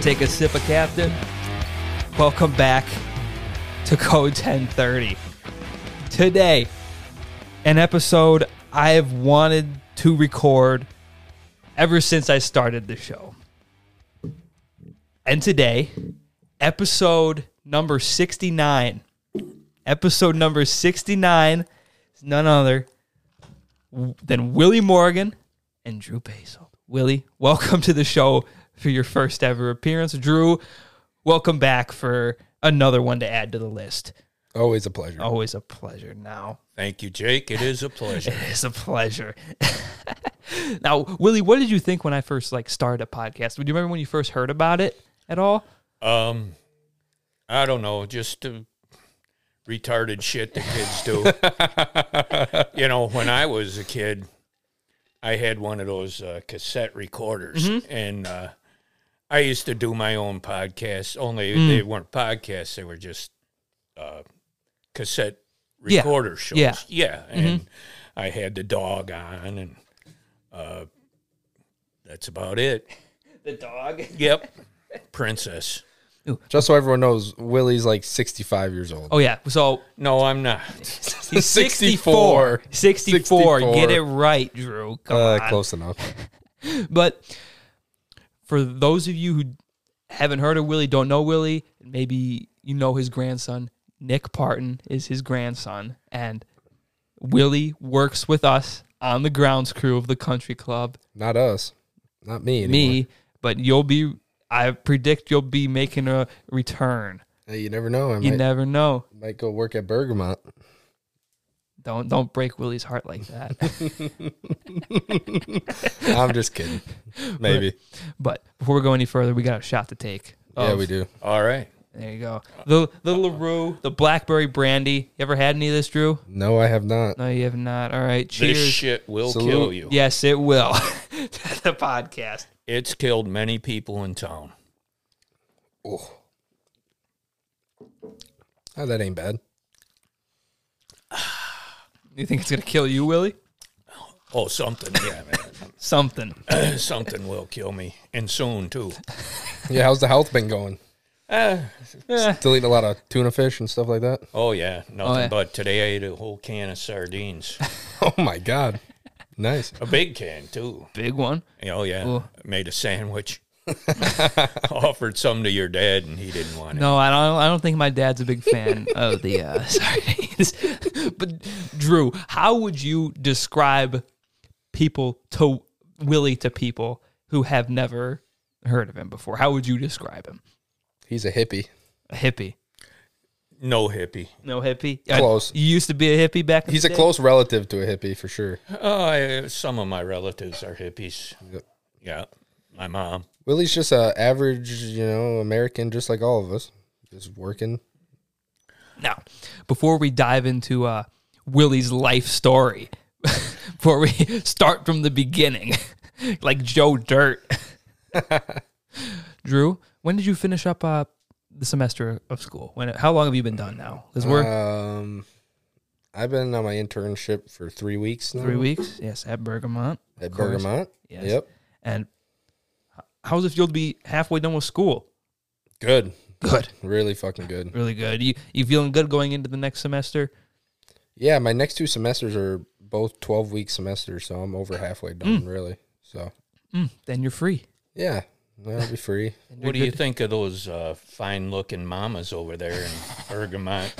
take a sip of Captain. Welcome back to Code 1030. Today, an episode I have wanted to record ever since I started the show. And today, episode number 69. Episode number 69 is none other than Willie Morgan and Drew Basil. Willie, welcome to the show for your first ever appearance. Drew, welcome back for another one to add to the list. Always a pleasure. Always a pleasure. Now, Oh, Thank you, Jake. It is a pleasure. it is a pleasure. now, Willie, what did you think when I first like started a podcast? Do you remember when you first heard about it at all? Um, I don't know, just uh, retarded shit that kids do. you know, when I was a kid, I had one of those uh, cassette recorders, Mm-hmm. and uh, I used to do my own podcasts. Only Mm. they weren't podcasts; they were just uh, cassette Yeah. recorder shows. Yeah. Mm-hmm. yeah. And I had the dog on, and uh, that's about it. The dog. Yep, princess. Just so everyone knows, Willie's like 65 years old. Oh yeah. So No, I'm not. he's 64. 64. 64. Get it right, Drew. Come Uh, on. close enough. But for those of you who haven't heard of Willie, don't know Willie, maybe you know his grandson. Nick Parton is his grandson, and Willie works with us on the grounds crew of the country club. Not us. Not me anymore. Me, but you'll be. I predict you'll be making a return. Hey, you never know. I You might, never know. might go work at Bergamot. Don't don't break Willie's heart like that. I'm just kidding. Maybe. but before we go any further, we got a shot to take. yeah, of- we do. All right. There you go. The the Larue, the blackberry brandy. You ever had any of this, Drew? No, I have not. No, you have not. All right, cheers. This shit will Salute. kill you. yes, it will. the podcast. It's killed many people in town. Oh, that ain't bad. You think it's gonna kill you, Willie? Oh, something. Yeah, Something. man. something will kill me. And soon, too. Yeah, how's the health been going? Eh, Ah, Still eating a lot of tuna fish and stuff like that? oh, yeah. Nothing yeah. but today I ate a whole can of sardines. Oh, my God. Nice. a big can, too. Big one. Oh, yeah. Ooh. Made a sandwich. Offered some to your dad, and he didn't want it. No, I don't. I don't think my dad's a big fan of the uh, sardines. but Drew, how would you describe people to Willie to people who have never heard of him before? How would you describe him? He's a hippie. A hippie. No hippie. No hippie. Close. you used to be a hippie back. In He's the a day? close relative to a hippie for sure. Oh, I, some of my relatives are hippies. Yeah. My mom. Willie's just a average, you know, American, just like all of us. Just working. Now, before we dive into uh, Willie's life story, before we start from the beginning, like Joe Dirt, Drew, when did you finish up uh, the semester of school? When? How long have you been done now? Because we're Um, I've been on my internship for three weeks now three weeks. Yes, at Bergamont. at course. Bergamont. Yes. Yep, And h- how does it feel to be halfway done with school? good, Good, really fucking good. really good. You you feeling good going into the next semester? Yeah, my next two semesters are both twelve week semesters, so I'm over halfway Hmm. done really. So Then you're free. yeah, I'll be free. What do you think of those uh, fine looking mamas over there in Bergamot?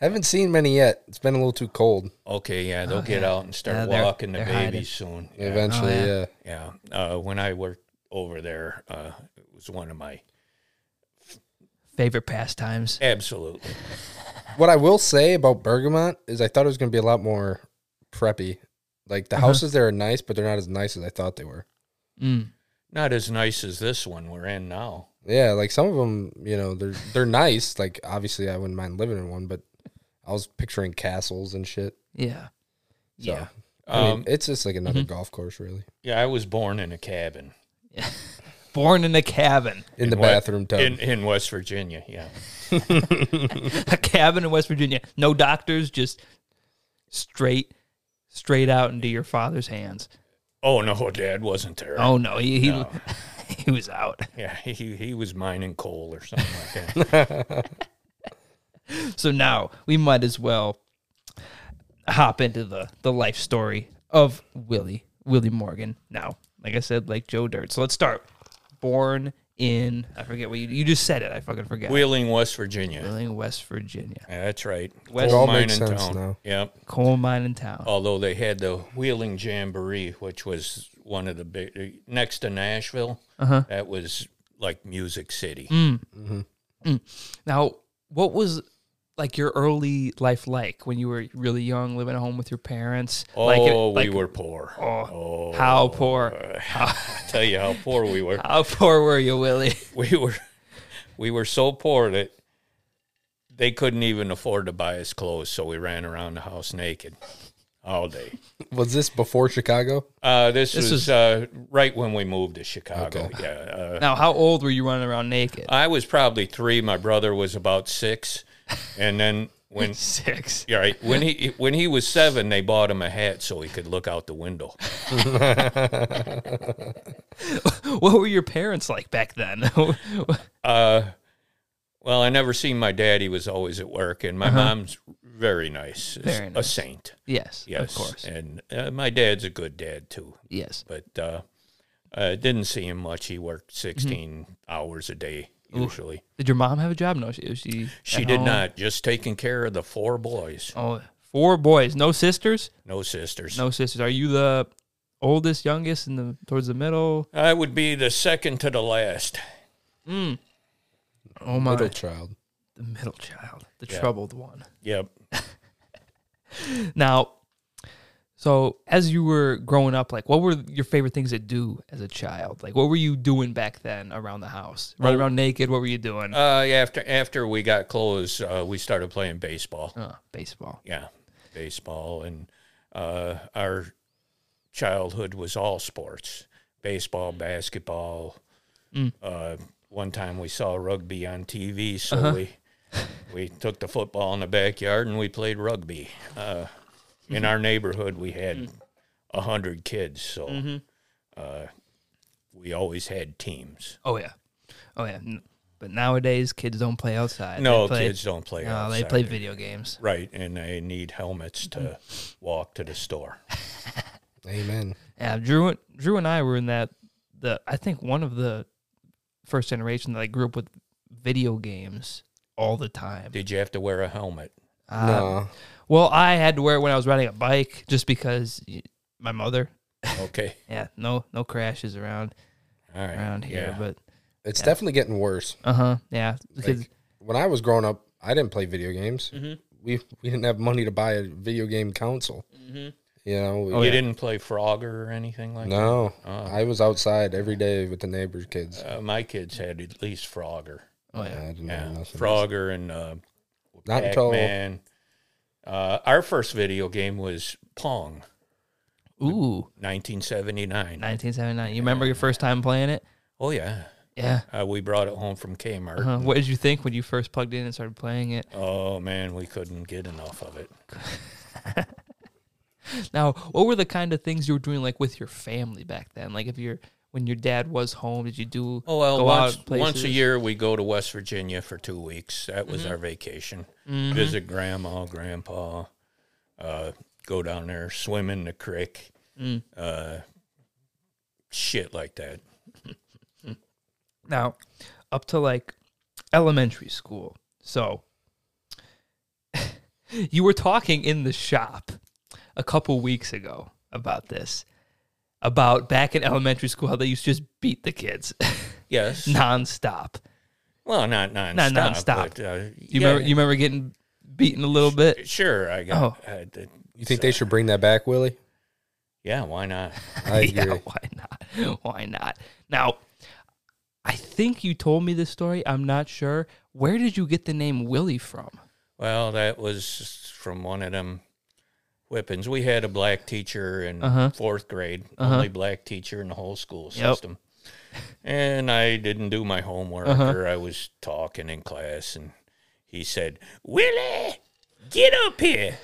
Haven't seen many yet. It's been a little too cold. Okay, yeah, they'll get out and Yeah, start they're- walking the they're babies hiding. soon. Yeah, Eventually, yeah. yeah. yeah. Uh, when I worked over there, uh, it was one of my Favorite pastimes. absolutely. What I will say about Bergamont is I thought it was going to be a lot more preppy. Like Uh-huh. the houses there are nice, but they're not as nice as I thought they were. Mm. Not as nice as this one we're in now. Yeah, like some of them, you know, they're they're nice. Like obviously, I wouldn't mind living in one, but I was picturing castles and shit. Yeah. So, Yeah. I mean, Um, it's just like another golf course, really, Yeah, I was born in a cabin Born in a cabin. in, the what- bathroom tub. in, in West Virginia. Yeah, a cabin in West Virginia. No doctors, just straight, straight out into your father's hands. oh no, Dad wasn't there. Oh no, he, he No. he was out. Yeah, he, he was mining coal or something like that. So now we might as well hop into the the life story of Willie Willie Morgan. Now, like I said, like Joe Dirt. So let's start. Born in I forget what you you just said it. I fucking forget. Wheeling, West Virginia. Wheeling, West Virginia, Yeah, that's right. West- It all Coal mine makes in sense town. now. Yep. coal mine in town. Although they had the Wheeling Jamboree, which was one of the big next to Nashville. Uh-huh. Mm, That was like Music City. Now, what was like your early life like when you were really young, living at home with your parents? Oh, like, it- we like, were poor. Oh, how poor? How, I tell you how poor we were. how poor were you, Willie? we were we were so poor that they couldn't even afford to buy us clothes, so we ran around the house naked all day. Was this before Chicago? Uh, this, This was is- uh, right when we moved to Chicago. Yeah, uh, Now, how old were you running around naked? I was probably three. My brother was about six, and then when Six. yeah, right, when he when he was seven, they bought him a hat so he could look out the window. What were your parents like back then? Uh, well, I never seen my dad. He was always at work, and my mom's very nice, Uh-huh. Very a nice. saint. yes, Yes, of course. And uh, my dad's a good dad too, Yes. but uh, uh, didn't see him much. He worked Mm-hmm. 16 hours a day usually. Did your mom have a job? No, she was she. She at did home? not. Just taking care of the four boys. Oh, four boys, no sisters, No sisters. no sisters. Are you the oldest, youngest, and the towards the middle? I would be the second to the last. Oh my, Middle child. the middle child, the troubled one. Yep. Now, so as you were growing up, like what were your favorite things to do as a child? Like what were you doing back then around the house? Running around naked, what were you doing? Uh, after after we got close, uh, we started playing baseball. Uh, baseball. Yeah, baseball, and uh, our childhood was all sports: Mm. baseball, basketball. Uh, one time we saw rugby on TV, so Uh-huh. we we took the football in the backyard and we played rugby. Uh, Mm-hmm. in our neighborhood, we had Mm. a hundred kids, so Mm-hmm. uh, we always had teams. Oh yeah. Oh yeah. N- But nowadays kids don't play outside. No, They play- kids don't play. No, outside. they play video games. Right, and they need helmets to Mm-hmm. walk to the store. Amen. Yeah, Drew Drew and I were in that the I think one of the first generation that like grew up with video games all the time. Uh, Did you have to wear a helmet? Um, no. Well, I had to wear it when I was riding a bike just because y- my mother Okay. yeah, no no crashes around All right. around here, Yeah. but It's definitely getting worse. uh huh, yeah, because Like, when I was growing up, I didn't play video games. Mm-hmm. We we didn't have money to buy a video game console. You know, we- Mm-hmm. Oh, you didn't Oh. play Frogger or anything like Oh, no. I was outside every day with the neighbors' kids. that? Uh, my kids had at least Frogger. oh, I yeah. didn't Uh, Yeah. have nothing. Frogger and uh, Not until Pac-Man. Uh, our first video game was Pong, ooh, 1979. 1979. You remember your first time playing it? Oh, yeah. Yeah. Uh, we brought it home from Kmart. Uh, what did you think when you first plugged in and started playing it? Oh, man, we couldn't get enough of it. Now, what were the kind of things you were doing like with your family back then? Like if you're when your dad was home, did you do Oh well, go once, out once a places? year we go to West Virginia for two weeks. That was Mm-hmm. our vacation. Visit grandma, grandpa. Uh, go down there, swim in the creek. Mm. Uh, shit like that. Now, up to like elementary school. So you were talking in the shop a couple weeks ago about this. About back in elementary school how they used to just beat the kids Yes. nonstop. Well, not nonstop. Not nonstop. But, uh, You yeah, remember Oh. you remember getting beaten a little bit? Sure, I got. uh, the- you think they should bring that back, Willie? yeah, why not? I agree. yeah, why not? Why not? Now, I think you told me this story. I'm not sure. Where did you get the name Willie from? Well, that was from one of them whippings. We had a black teacher in fourth grade, only black teacher in the whole school Uh-huh. Yep. system. And I didn't do my homework Uh-huh. or I was talking in class and he said, Willie, get up here.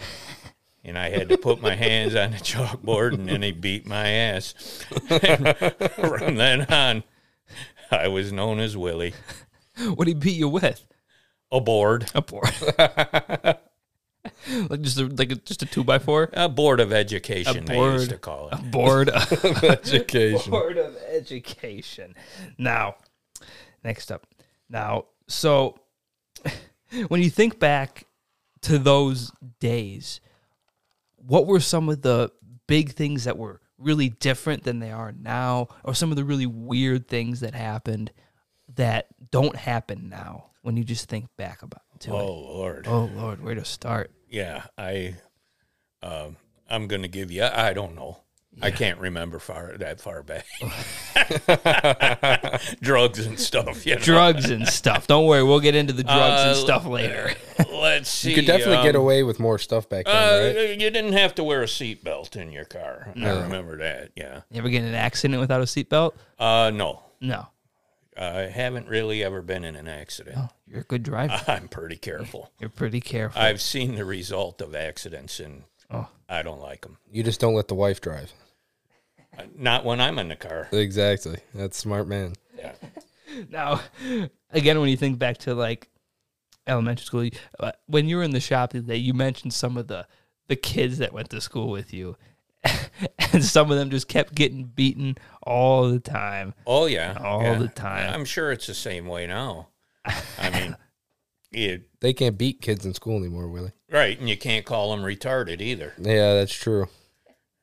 And I had to put my hands on the chalkboard and then he beat my ass. from then on, I was known as Willie. What did he beat you with? A board, A board. like just a, like a, just a two by four. a board of education. I board. used to call A it. board. Education. Board of Education. Now, next up. Now, so when you think back to those days, what were some of the big things that were really different than they are now, or some of the really weird things that happened that don't happen now when you just think back about to Oh it? Lord, Oh Lord, where to start? yeah. I, um, I'm gonna give you. I don't know. I can't remember far that far back. Drugs and stuff. You know? Drugs and stuff. Don't worry, we'll get into the drugs and Uh, stuff later. Let's see. You could definitely um, get away with more stuff back then, Uh, right? You didn't have to wear a seatbelt in your car. I remember that. Yeah. You ever get in an accident without a seatbelt? Uh, no, No. I haven't really ever been in an accident. Oh. You're a good driver. I'm pretty careful. You're pretty careful. I've seen the result of accidents, and Oh. I don't like them. You just don't let the wife drive. Not when I'm in the car. Exactly. That's smart man. Yeah. now, again, when you think back to like elementary school, you- uh, when you were in the shop today, you mentioned some of the the kids that went to school with you, and some of them just kept getting beaten all the time. Oh yeah, All yeah. the time. I'm sure it's the same way now. I mean, it, They can't beat kids in school anymore, Willie. right, and you can't call them retarded either. Yeah, that's true.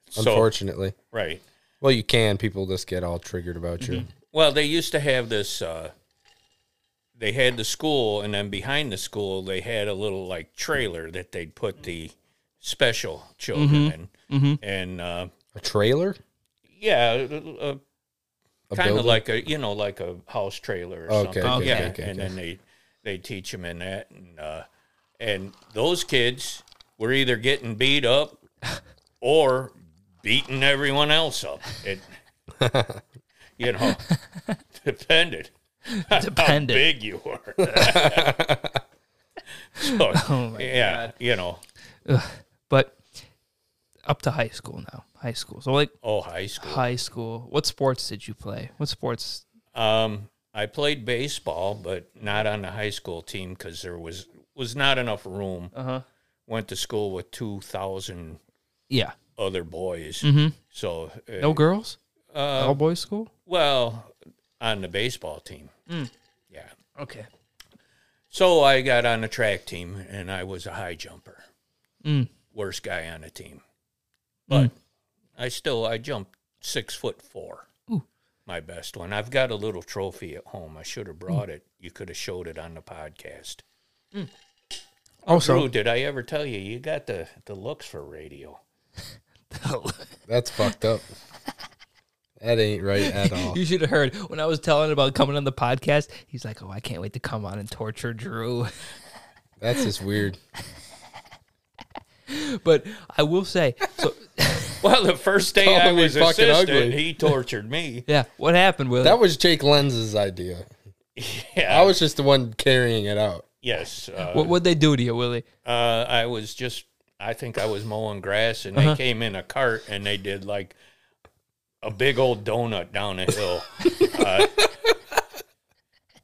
So Unfortunately. right. Well, you can. People just get all triggered about you. Well, they used to have this. Uh, they had the school, and then behind the school, they had a little like trailer that they'd put the special Mm-hmm. children in, and uh, A trailer? yeah, A uh, kind of building? like a you know like a house trailer or Okay, something. okay, yeah, okay, okay, and okay. then they they teach them in that, and uh, and those kids were either getting beat up or beating everyone else up. It, you know, depended Dependent. how big you were. so, yeah, you know, But up to high school now. High school. So like oh, high school. high school. What sports did you play? What sports? Um, I played baseball, but not on the high school team because there was was not enough room. Uh-huh. Went to school with two thousand Yeah. other boys, so uh, No girls. uh, All boys school. well, on the baseball team, yeah. Okay. So I got on the track team, and I was a high jumper, worst guy on the team, but I still I jumped six foot four. My best one. I've got a little trophy at home. I should have brought it. You could have showed it on the podcast. Drew, Also, did I ever tell you you got the, the looks for radio? That's fucked up. that ain't right at all. You should have heard when I was telling about coming on the podcast. He's like, "Oh, I can't wait to come on and torture Drew." That's just weird. But I will say, so Well, the first day I Totally was fucking assistant, ugly. he tortured me. yeah, what happened with That was Jake Lenz's idea. Yeah. I was just the one carrying it out. yes. Uh, what? What they do to you, Willie? uh, I was just, I think I was mowing grass and Uh-huh. they came in a cart and they did like a big old donut down a hill. uh,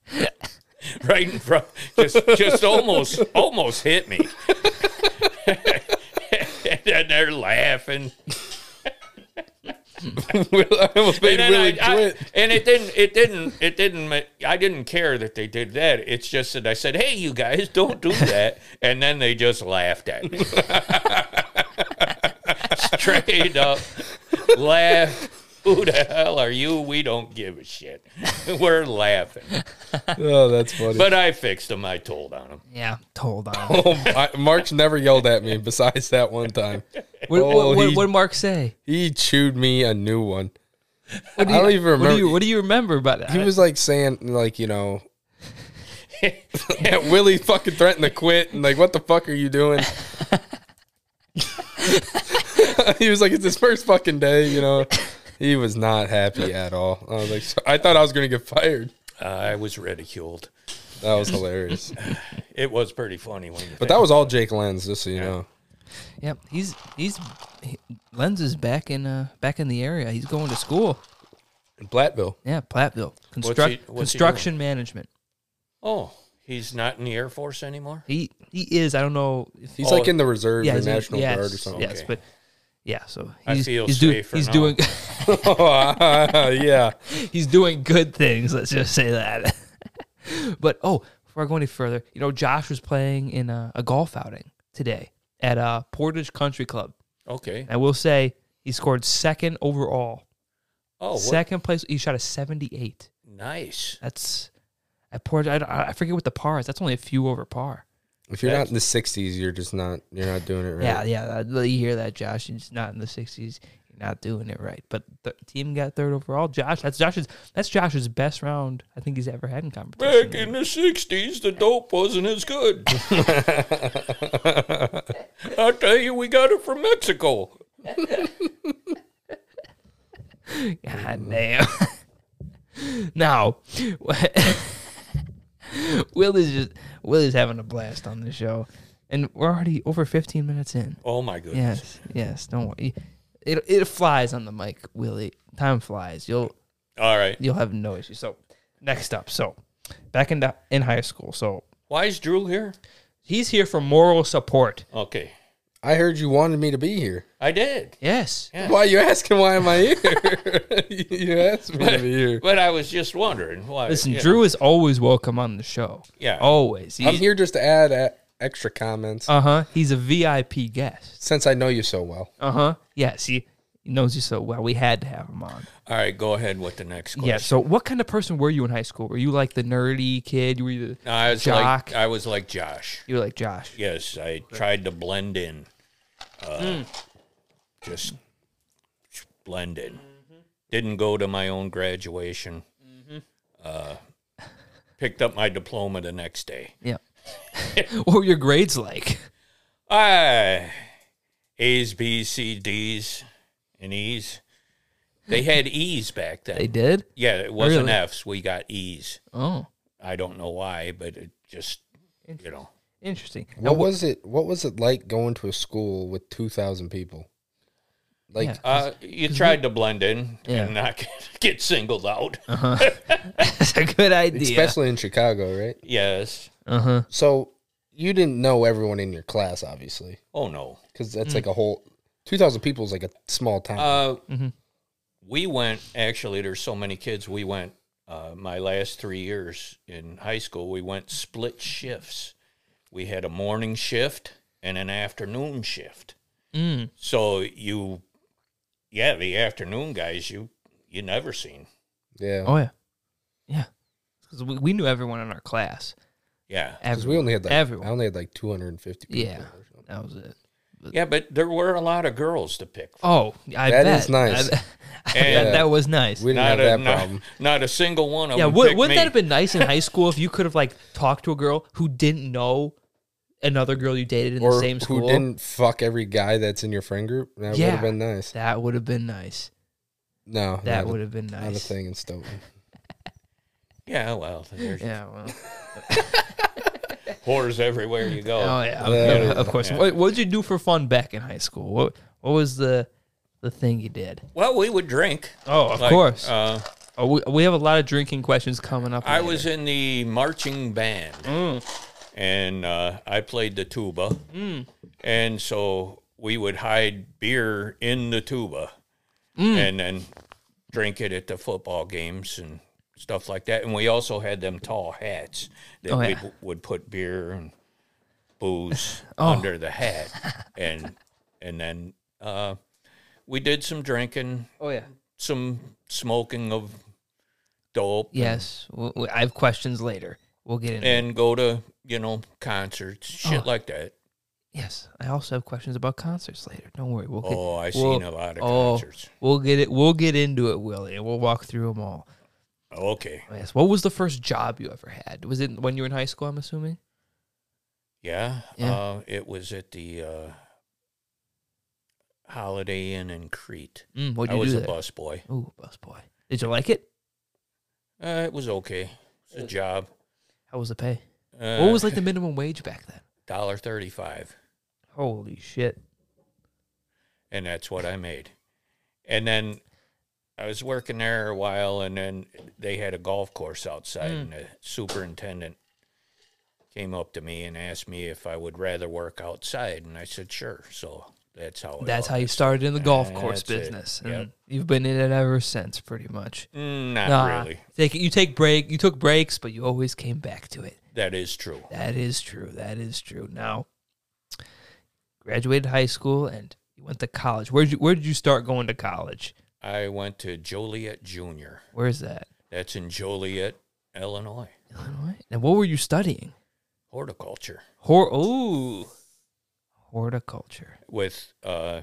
right in front, just, just almost, almost hit me. and they're laughing. I almost made and, then Willie I- I- quit. and it didn't it didn't it didn't ma- i didn't care that they did that it's just that i said hey you guys don't do that and then they just laughed at me straight up laughed who the hell are you we don't give a shit we're laughing oh, that's funny. but i fixed them i told on them Yeah, told on. Oh, I- Mark's never yelled at me besides that one time. what, Oh, what, what, he- what did Mark say? He chewed me a new one. What I don't even remember. What do you, what do you remember about that? he was like saying, like, you know, yeah, Willie fucking threatened to quit. And like, what the fuck are you doing? he was like, it's his first fucking day, you know. He was not happy at all. I was like, so- I thought I was going to get fired. i was ridiculed That was hilarious. it was pretty funny when you But that was all Jake Lenz, just so you know. Yep, he's he's he, Lens is back in uh back in the area. He's going to school. in Platteville. Yeah, Platteville. he- Construct, what's he construction management. Oh, he's not in the Air Force anymore? He he is. I don't know if He's Oh, like in the reserves yeah, or he's in- National yes, Guard or something. Yes, Okay. but yeah, so I he's, feel he's, do- safer he's now. doing yeah. he's doing good things. Let's just say that. but oh, before I go any further, you know, Josh was playing in a, a golf outing today at uh, Portage Country Club. Okay. I will say he scored second overall, Oh, what- second place. He shot a seventy-eight. nice. That's at Portage. I, don't- I forget what the par is. That's only a few over par. If you're not in the 60s, you're just not you're not doing it right. Yeah, yeah. that- You hear that, Josh? You're just not in the sixties. You're not doing it right. But the team got third overall. Josh, that's Josh's. That's Josh's best round I think he's ever had in competition. Back in the 60s, the dope wasn't as good. I tell you, we got it from Mexico. God damn. now, Will is just Will is having a blast on the show, and we're already over fifteen minutes in. Oh, my goodness. Yes, yes. Don't worry. It it flies on the mic, Willie. Time flies. You'll All right. you'll have no issue. So next up, so back in the, in high school, so Why is Drew here? he's here for moral support. Okay. I heard you wanted me to be here. I did. Yes, Yeah. Why are you asking why am I here? you asked me to be here. But I was just wondering why. listen, you Drew is always welcome on the show. Yeah. always. I'm here just to add uh, extra comments Uh huh. He's a VIP guest. since I know you so well. Uh huh. Yes, he, he knows you so well. We had to have him on. All right, go ahead with the next question. Yeah. So, what kind of person were you in high school? Were you like the nerdy kid? Were you the I was jock? like I was like Josh. you were like Josh. Yes, I tried to blend in. Hmm. Uh, Just blend in. Didn't go to my own graduation. Uh, Mm-hmm. picked up my diploma the next day. Yeah. what were your grades like? I Ah, A's, B's, C, D's, and E's. They had E's back then. They did. yeah, it wasn't Really? F's. We got E's. Oh, I don't know why, but it just you know. interesting. Now, What was it what was it like going to a school with 2000 people? Like Yeah. Uh, you tried to blend in Yeah. and not get- get singled out. That's a good idea. especially in Chicago, right? Yes. Uh huh. So you didn't know everyone in your class obviously Oh no. cuz that's like a whole 2000 people is like a small town. Uh, Mm-hmm. We went. Actually, there's so many kids. We went. Uh, my last three years in high school, we went split shifts. We had a morning shift and an afternoon shift. Mm. So you, yeah, the afternoon guys you you never seen. yeah. Oh yeah, yeah. Because we, we knew everyone in our class. Yeah. Cuz we Everyone. only had like Everyone. I only had like 250 people. yeah, that was it. Yeah, but there were a lot of girls to pick. from. Oh, I That bet. is nice. I, bet- I And- bet that was nice. We didn't have Not a that not, problem. not a single one of Yeah, them. would, picked wouldn't me. that have been nice in high school if you could have like talked to a girl who didn't know another girl you dated in the Or same who school? didn't fuck every guy that's in your friend group? That would Yeah. have been nice. That would have been nice. No, That not a- would have been not a nice. thing in Stoughton. Yeah, well, there's Yeah. Well, whores everywhere you go. oh yeah, of- Yeah. yeah, of course. What What did you do for fun back in high school? What What was the the thing you did? Well, we would drink. Oh, of Like, course. Uh, oh, we, we have a lot of drinking questions coming up. I later. was in the marching band, Mm. and uh, I played the tuba, and so we would hide beer in the tuba, Mm. and then drink it at the football games and stuff like that. And we also had them tall hats that Oh, we yeah. p- would put beer and booze Oh. under the hat, and and then uh, we did some drinking, Oh yeah. some smoking of dope. and- Yes, w- w- I have questions later. We'll get into. and go to you know concerts, Oh, shit like that. Yes, I also have questions about concerts later. Don't worry, we'll get. Oh, we'll- I seen a lot of oh, concerts. We'll get it. We'll get into it, Willie, and we'll walk through them all. Okay, Yes. What was the first job you ever had? Was it when you were in high school? I'm assuming. yeah, Yeah. Uh, it was at the uh, Holiday Inn in Crete. Mm, what'd I you was do? a there? bus boy. Ooh, bus boy. Did you like it? Uh, it was okay. It's a job. How was the pay? Uh, What was like the minimum wage back then? dollar thirty-five, Holy shit! and that's what I made. And then I was working there a while, and then they had a golf course outside, Mm. and the superintendent came up to me and asked me if I would rather work outside, and I said sure. So that's how. It That's all- how you started in the golf Yeah, course that's it. business. Yep. And you've been in it ever since, pretty much. Mm, Not Nah. really. Take you take break. You took breaks, but you always came back to it. That is true. That is true. That is true. Now, graduated high school and you went to college. Where did you Where did you start going to college? I went to Joliet Junior. Where is that? That's in Joliet, Illinois. Illinois. And what were you studying? Horticulture Hor. Ooh, horticulture. with uh,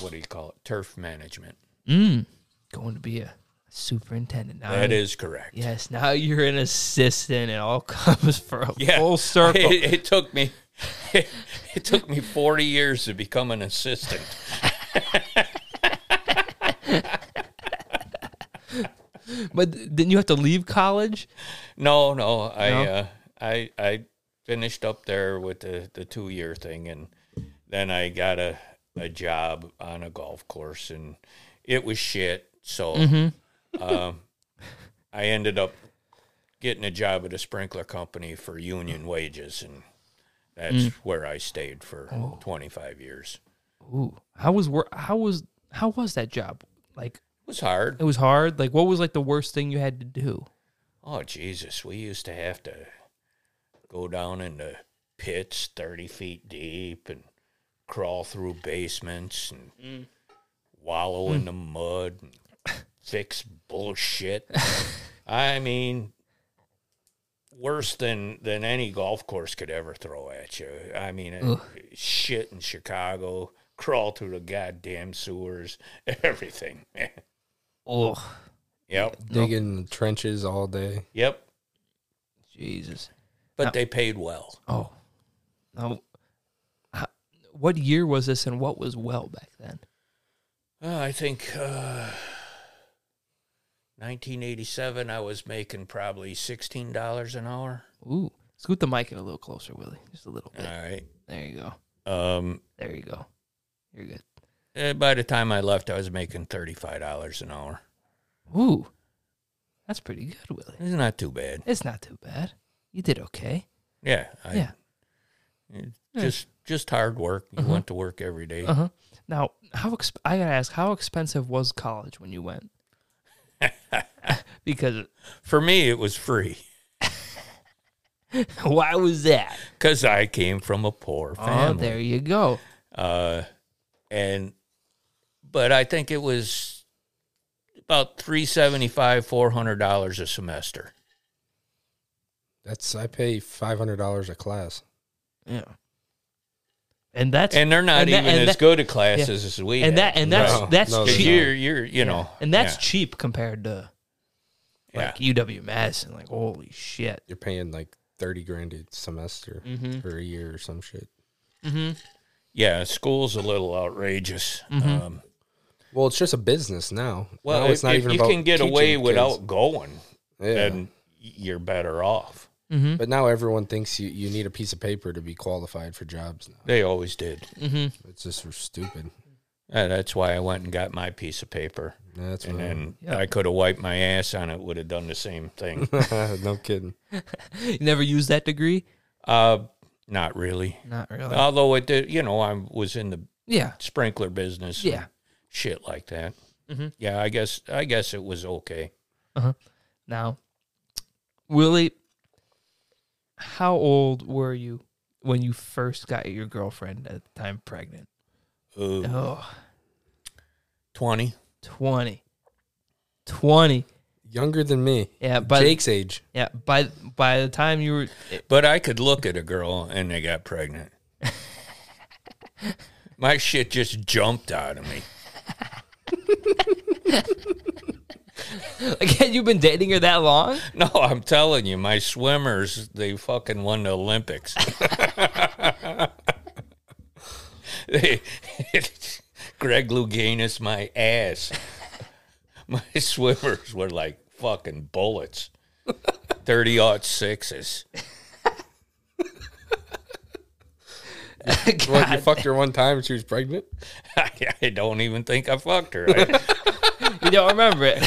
what do you call it? Turf management. Mm. Going to be a superintendent. Now That you- is correct. Yes. Now you're an assistant. It all comes for a Yeah. full circle. It, it took me. It, took me 40 years to become an assistant. But th- didn't you have to leave college? No, no, I No? Uh, I I finished up there with the the two year thing, and then I got a a job on a golf course, and it was shit. So, um, I ended up getting a job at a sprinkler company for union wages, and that's where I stayed for 25 years. Ooh, how was work? How was how was that job? Like It was hard. it was hard. Like what was like the worst thing you had to do? Oh Jesus, we used to have to go down into pits thirty feet deep and crawl through basements and wallow in the mud and fix bullshit. I mean worse than than any golf course could ever throw at you. I mean it- shit in Chicago, crawl through the goddamn sewers, everything. Oh, yep. Digging trenches all day. Yep. Jesus. But they paid well. Oh, now, how, what year was this, and what was well back then? Uh, I think uh, 1987, I was making probably $16 an hour. Ooh, scoot the mic in a little closer, Willie. Just a little All bit. right. There you go. Um, There you go. You're good. eh, by the time I left, I was making $35 an hour. Ooh, that's pretty good, Willie. It's not too bad. It's not too bad. You did okay. Yeah. I, yeah. Uh-huh. eh, Just just hard work. You went to work every day. Uh huh. Now, how exp- I gotta ask, how expensive was college when you went? because For me, it was free why was that? because I came from a poor Oh, family. there you go. uh, and but I think it was about 375 $400 a semester. That's I pay five hundred dollars a class. Yeah. And that's and they're not and that- even and as that- good at classes as we and had. that and that's No, Oh, that's no, 'Cause cheap. they're you're you're you know And that's yeah, cheap compared to like UW Madison. Like holy shit. You're paying like thirty grand a semester Mm-hmm. or a year or some shit. yeah. yeah school's a little outrageous um, Well, it's just a business now. well Now if, it's not if even you about can get teaching away kids. without going Yeah. then you're better off But now everyone thinks you, you need a piece of paper to be qualified for jobs. Now they always did it's just stupid. and that's why I went and got my piece of paper That's what. and I could have wiped my ass on it would have done the same thing no kidding. You never used that degree? uh, not really Not really. although it did you know I was in the yeah. sprinkler business and Yeah. shit like that yeah I guess I guess it was okay Now, Willie, how old were you when you first got your girlfriend at the time pregnant? Ooh, Oh, 20 20. 20. Younger than me. Yeah, but Jake's age. yeah, by by the time you were But I could look at a girl and they got pregnant. My shit just jumped out of me. like had you been dating her that long? No, I'm telling you, my swimmers, they fucking won the Olympics. They- Greg Louganis, my ass. My swimmers were like fucking bullets. 30 odd sixes. What, you fucked her one time and she was pregnant? I, I don't even think I fucked her. I, You don't remember it.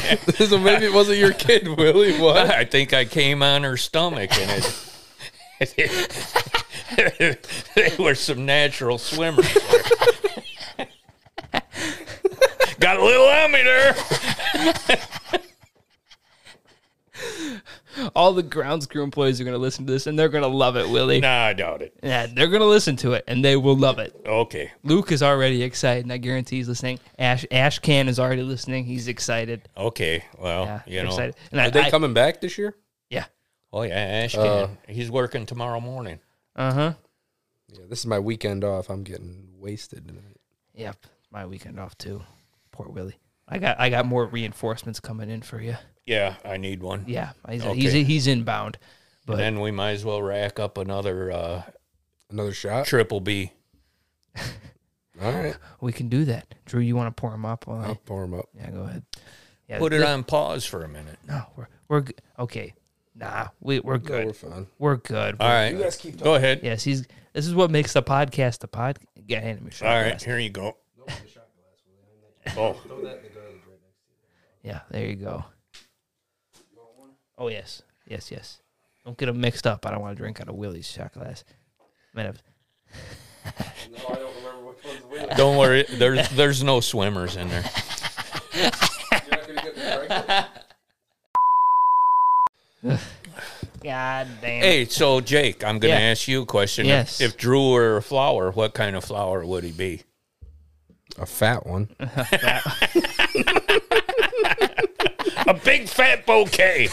so maybe it wasn't your kid, Willie. What? I think I came on her stomach and it. they were some natural swimmers. Got a little on me there. All the grounds crew employees are going to listen to this and they're going to love it, Willie. Nah, I doubt it. Yeah, they're going to listen to it and they will love it. Okay. Luke is already excited, and I guarantee he's listening. Ash Ash Can is already listening. He's excited. Okay. Well, Yeah, you they're know. excited. And I, Are they I- coming back this year? yeah. Oh, yeah. Ash can. Uh, He's working tomorrow morning. Uh huh. Yeah, this is my weekend off. I'm getting wasted tonight. Yep. My weekend off too. Poor Willie. I got I got more reinforcements coming in for you. Yeah, I need one. Yeah, he's Okay. he's he's inbound, but Then we might as well rack up another uh, Another shot. triple B. All right, we can do that. Drew, you want to pour him up? While I- I'll pour him up. yeah, go ahead. Yeah, Put it th- on pause for a minute. No, we're we're g- okay. Nah, we we're No, we're good. fine. We're good. All right. Go ahead. Yes, he's. This is what makes the podcast the pod. Yeah, hand him a shot All right. glass. Here you go. Oh, Yeah, there you go. Oh yes, yes, yes. Don't get them mixed up. I don't want to drink out of Willie's shot glass. Might have- No, I don't remember which one's winning. don't worry. There's there's no swimmers in there. You're not gonna get the God damn. Hey, so Jake, I'm going to Yeah. ask you a question. If- Yes. If, Drew were a flower, what kind of flower would he be? A fat one. A big fat bouquet.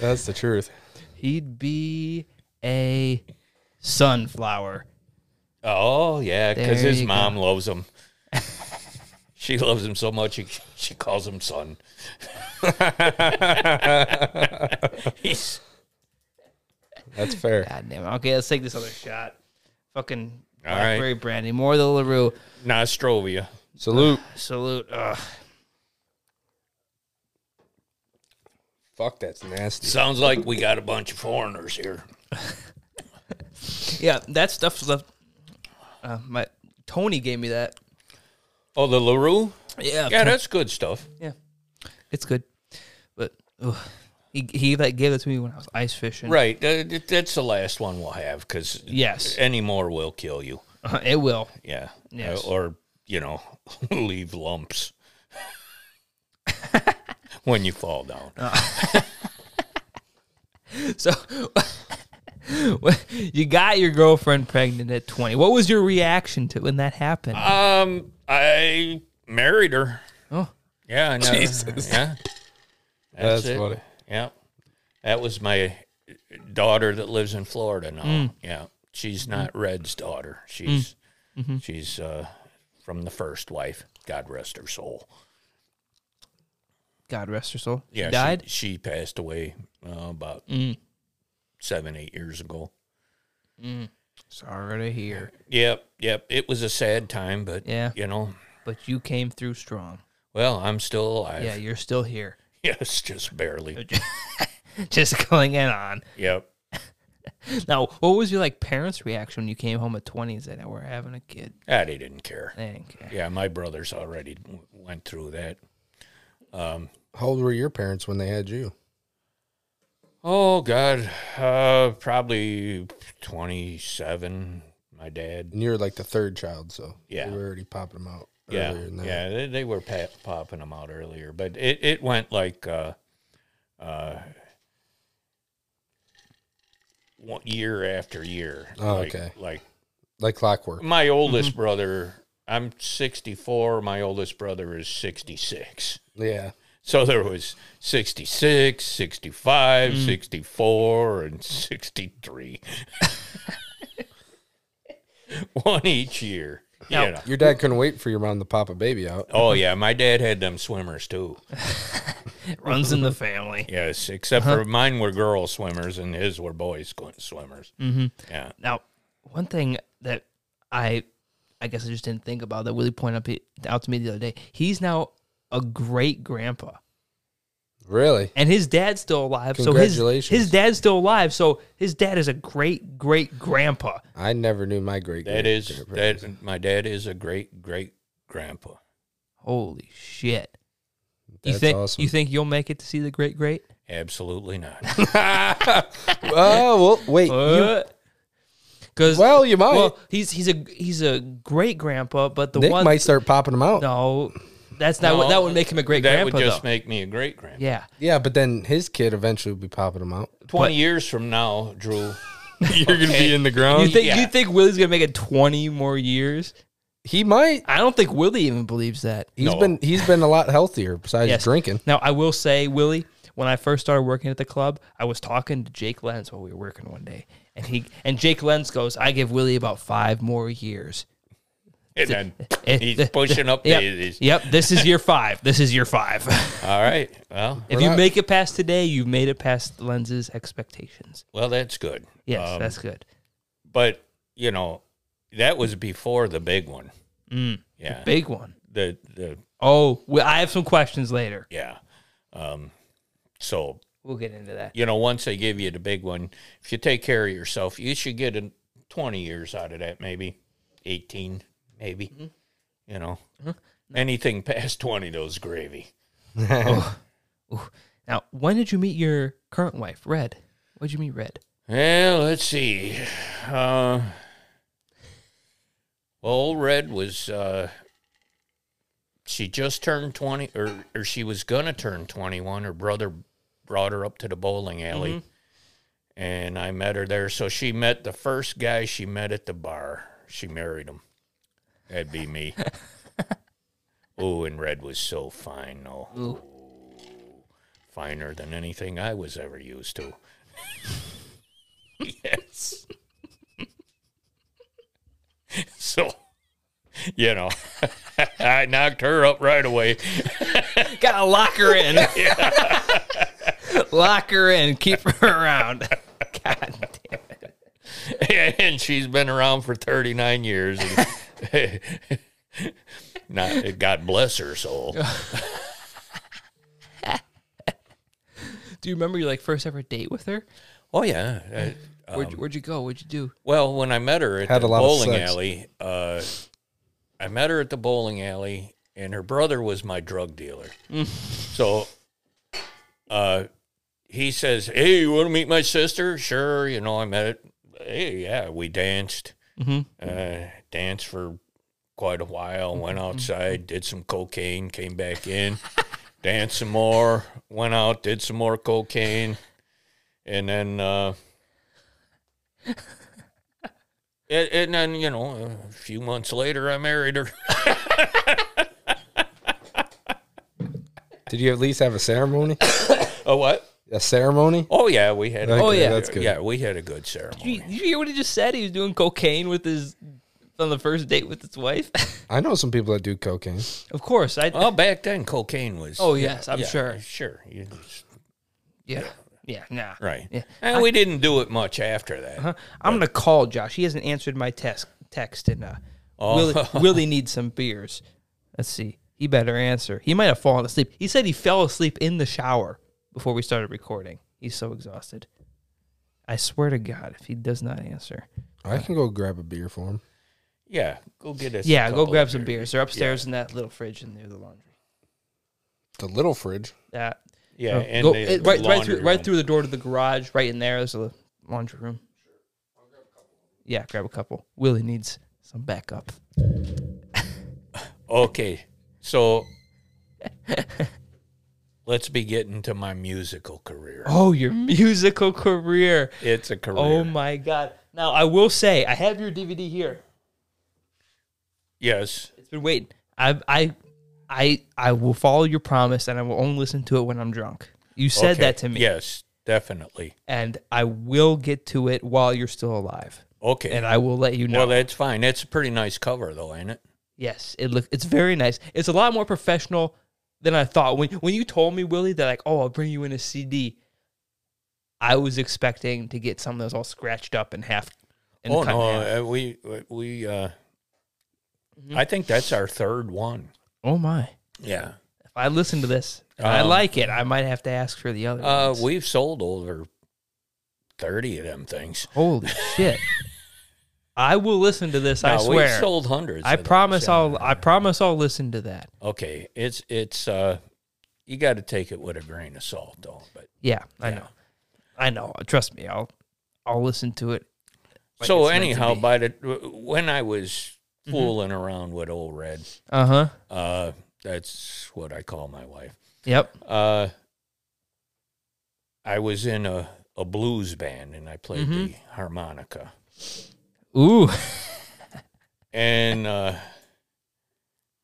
That's the truth. He'd be a sunflower. oh yeah, because There his you go. mom loves him. she loves him so much she, she calls him son. He's That's fair. God damn it. Okay, let's take this other shot. Fucking All right. blackberry brandy. More of the Larue. Nostrovia. Salute. Salute. Ugh. Fuck, that's nasty. Sounds like we got a bunch of foreigners here. Yeah, that stuff's left. Uh, my Tony gave me that. Oh, the Larue. Yeah, Yeah, that's good stuff. yeah. It's good, but ugh. he he like gave it to me when I was ice fishing. Right. uh, th- That's the last one we'll have because Yes, any more will kill you. it will. Yeah. Uh, Yes. or, you know, leave lumps when you fall down. So, what- you got your girlfriend pregnant at twenty. What was your reaction to when that happened? Um, I married her. oh, Yeah. I know. Jesus. Yeah. That's it. funny. Yeah. That was my daughter that lives in Florida now. Yeah. She's not Red's daughter. She's she's uh, from the first wife. God rest her soul. God rest her soul. She Yeah, died. She, she passed away uh, about seven, eight years ago. Sorry to hear. Yep, yep. It was a sad time, but Yeah. you know, But you came through strong. well, I'm still alive. Yeah, you're still here. Yes, just barely. Just going in on. Yep. Now, what was your like parents' reaction when you came home at twenties that we're having a kid? Ah, they didn't care. They didn't care. Yeah, my brothers already w- went through that. How old were your parents when they had you? Oh God, uh, probably twenty-seven. My dad. And you're like the third child, so Yeah. you were already popping them out. Yeah, earlier than that. yeah. They, they were pa- popping them out earlier, but it it went like uh, uh, one year after year. Oh, like, okay. Like like clockwork. my oldest brother i'm 64 my oldest brother is 66 Yeah, so there was 66 65 64 and 63 one each year Now- you know. your dad couldn't wait for your mom to pop a baby out. oh yeah my dad had them swimmers too It runs in the family. yes except for mine were girl swimmers and his were boys squ- swimmers mm-hmm. yeah Now, one thing that I, I guess I just didn't think about that Willie pointed up- out to me the other day. He's now a great grandpa. Really? and his dad's still alive. So his Congratulations. his dad's still alive. So his dad is a great great grandpa. I never knew my great. That is that my dad is a great great grandpa. Holy shit! you That's think awesome. you think you'll make it to see the great great? Absolutely not. Oh well, wait. you, Because well, you might. Uh, well, he's he's a he's a great grandpa, but the Nick one might start popping them out. no, that's not what No, that would make him a great that grandpa would just though. make me a great grandpa. yeah, Yeah, but then his kid eventually will be popping them out. Twenty years from now, Drew. You're gonna be in the you ground. think Oh, yeah. you think Willie's gonna make it twenty more years? he might. I don't think Willie even believes that. He's No. been he's been a lot healthier besides Yes. drinking. Now, I will say, Willie, when I first started working at the club, I was talking to Jake Lenz while we were working one day, and he and Jake Lenz goes, "I give Willie about five more years." And then Eh, he's eh, pushing up Yep, daisies. yep. This is your five. This is your five. All right. Well, if you make it past today, you've made it past Lenz's expectations. well, that's good. Yes, Um, that's good. but you know, that was before the big one. yeah. Big one. The the Oh, well, I have some questions later. yeah. Um, so We'll get into that. you know, once they give you the big one, if you take care of yourself, you should get a twenty years out of that, maybe eighteen, maybe. You know, anything past twenty, those gravy. Now, when did you meet your current wife, Red? What'd you meet, Red? Well, let's see. Uh, well, old Red was uh, she just turned twenty, or or she was gonna turn twenty one. Her brother brought her up to the bowling alley, and I met her there. So she met the first guy she met at the bar. She married him. That'd be me. oh, and Red was so fine, though. Finer than anything I was ever used to. Yes. so, you know, I knocked her up right away. Gotta lock her in. lock her in. Keep her around. God damn it. and she's been around for 39 years. And not, God bless her soul. Do you remember your like first ever date with her? Oh, yeah. Uh, Where'd, you- where'd you go? What'd you do? Well, when I met her at Had the a lot of bowling sex. alley, uh, I met her at the bowling alley, and her brother was my drug dealer. Mm. so uh, he says, Hey, you want to meet my sister? Sure. You know, I met, hey, yeah, we danced, Mm-hmm. uh, danced for quite a while, went Mm-hmm. outside, did some cocaine, came back in, danced some more, went out, did some more cocaine, and then. Uh, And, and then, you know, a few months later, I married her. Did you at least have a ceremony? oh, what? a ceremony? Oh, yeah, we had. A, Oh, yeah. that's good. yeah, we had a good Did you, ceremony. did you hear what he just said? He was doing cocaine with his on the first date with his wife. I know some people that do cocaine. of course, I. Well, back then, cocaine was. oh yes, I'm Oh, yeah, sure. Sure. You just- Yeah, yeah, nah. right. Yeah. Uh-huh. And we didn't do it much after that. Huh? I'm gonna call Josh. He hasn't answered my text. Text and uh, Oh. Willie, Willie needs some beers. Let's see. He better answer. He might have fallen asleep. He said he fell asleep in the shower before we started recording. He's so exhausted. I swear to God, if he does not answer, I can go grab a beer for him. Yeah. Go get us. a yeah, go couple grab of some beers. beers. They're upstairs in that little fridge in near the laundry. The little fridge. That Yeah. oh, and go- the- it- the right, right laundry through, right room. through the door to the garage. Right in there, there's a laundry room. Yeah, grab a couple. Willie needs some backup. Okay. So let's be getting to my musical career. Oh, your musical career. It's a career. Oh my god. Now I will say I have your DVD here. yes. It's been waiting. I I I I will follow your promise and I will only listen to it when I'm drunk. You said Okay, that to me. Yes, definitely. And I will get to it while you're still alive. Okay. And I will let you know. Well, that's fine. That's a pretty nice cover, though, ain't it? yes, it look it's very nice. It's a lot more professional than I thought. When when you told me, Willie, that like, oh, I'll bring you in a CD, I was expecting to get something that was all scratched up and half and oh cut in no, half. uh, we Mm-hmm. we. Uh, I think that's our third one. Oh my. Yeah, I listen to this and I Um, like it, I might have to ask for the other Uh, ones. we've sold over thirty of them things. Holy shit! I will listen to this. I No, swear. Uh, we've sold hundreds. I of those, promise yeah. I'll. I promise I'll listen to that. Okay, it's it's uh, you got to take it with a grain of salt though. But Yeah, I Yeah. know. I know. Trust me. I'll. I'll listen to it. Like so it's meant to anyhow, be. Mm-hmm. by the when I was fooling around with old Red, Uh huh. uh, that's what I call my wife. Yep. Uh, I was in a, a blues band and I played the Mm-hmm. harmonica. Ooh. And uh,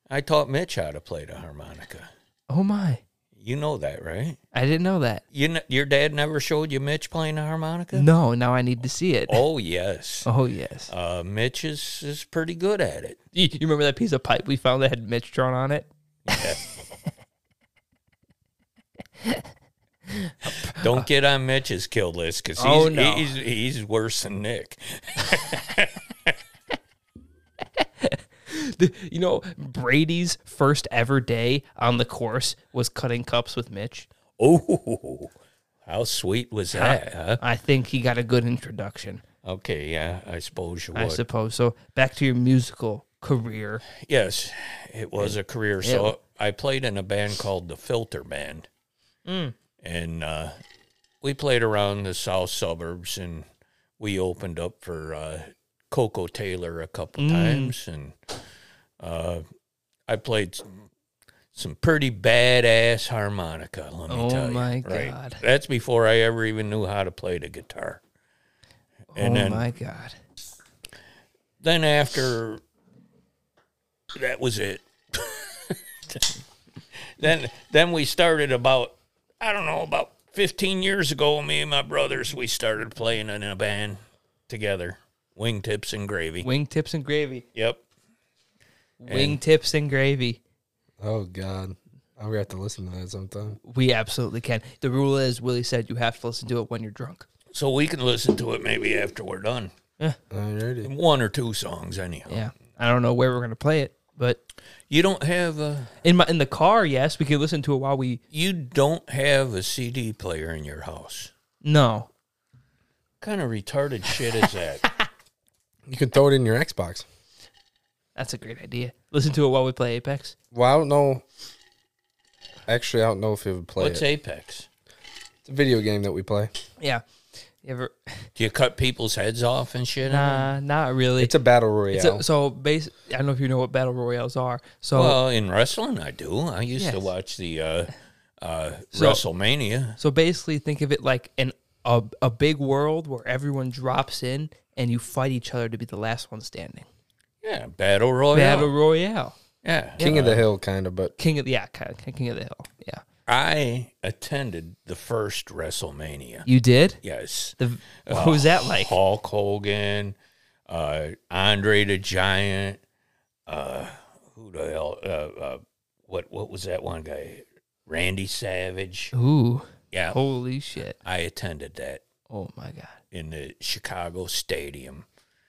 I taught Mitch how to play the harmonica. Oh my. You know that, right? I didn't know that. You kn- your dad never showed you Mitch playing the harmonica? No. Now I need to see it. Oh, yes. Oh yes. Uh, Mitch is, is pretty good at it. You, you remember that piece of pipe we found that had Mitch drawn on it? Don't get on Mitch's kill list because he's, Oh, no. he's, he's worse than Nick. The- you know, Brady's first ever day on the course was cutting cups with Mitch. Oh, how sweet was that, huh? I think he got a good introduction. Okay, yeah, I suppose you would. I suppose. So back to your musical career. Yes, it was a career. So I played in a band called the Filter Band, Mm. and uh, we played around the south suburbs, and we opened up for uh, Coco Taylor a Mm. couple times, and uh, I played some, some pretty badass harmonica. Let me Oh tell you, my God. That's before I ever even knew how to play the guitar. And oh then- my god. then after that was it. then then we started about I don't know about 15 years ago me and my brothers we started playing in a band together. Wingtips and gravy. Wingtips and gravy. Yep. Wingtips and gravy. Oh God, I'm gonna have to listen to that sometime. We absolutely can. The rule is Willie said you have to listen to it when you're drunk. So we can listen to it maybe after we're done. Alrighty. One or two songs anyhow. Yeah. I don't know where we're gonna play it, but You don't have a in my in the car, yes, we could listen to it while we you don't have a CD player in your house. No. kind of retarded shit is that? You can throw it in your Xbox. That's a great idea. Listen to it while we play Apex. Well, I don't know. Actually, I don't know if it would play What's it. Apex? It's a video game that we play. Yeah. You ever Do you cut people's heads off and shit? Nah, not really. It's a battle It's royale. a- so base I don't know if you know what battle royales are. So Well, in wrestling, I do. I used to Yes. watch the uh, uh, So- WrestleMania. So basically, think of it like an a, a big world where everyone drops in and you fight each other to be the last one standing. Oh, Yeah, Battle Royale. Battle Royale, yeah. King of the Hill, kind of, but King of the yeah, kind of King of the Hill. Yeah, I attended the first WrestleMania. you did. Yes. The, what was that like? Hulk Hogan, uh, Andre the Giant. Uh, who the hell? Uh, uh, what What was that one guy? Randy Savage. Ooh, Yeah, holy shit! I attended that Oh my god. in the Chicago Stadium,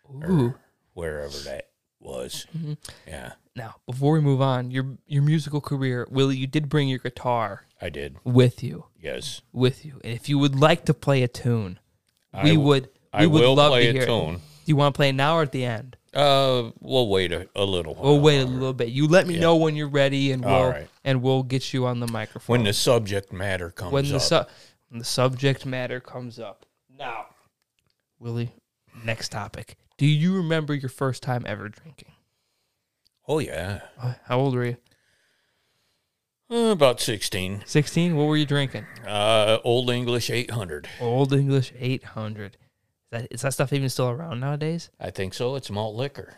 Ooh. wherever that was. Mm-hmm. Yeah, Now, before we move on, your your musical career, Willie, you did bring your guitar I did. with you, Yes, with you, and if you would like to play a tune, we w- would. We I would will love play to a hear it. tune. Do you want to play now or at the end? Uh, we'll wait a, a little while. We'll wait a little bit. You let me know when you're ready, and we'll Uh, All right. and we'll get you on the microphone when the subject matter comes when the up. su- when the subject matter comes up. Now, Willie, next topic. Do you remember your first time ever drinking? oh yeah, Uh, How old were you? Uh, about sixteen. Sixteen. What were you drinking? Uh, Old English eight hundred. Old English eight hundred. Is that, is that stuff even still around nowadays? I think so. It's malt liquor.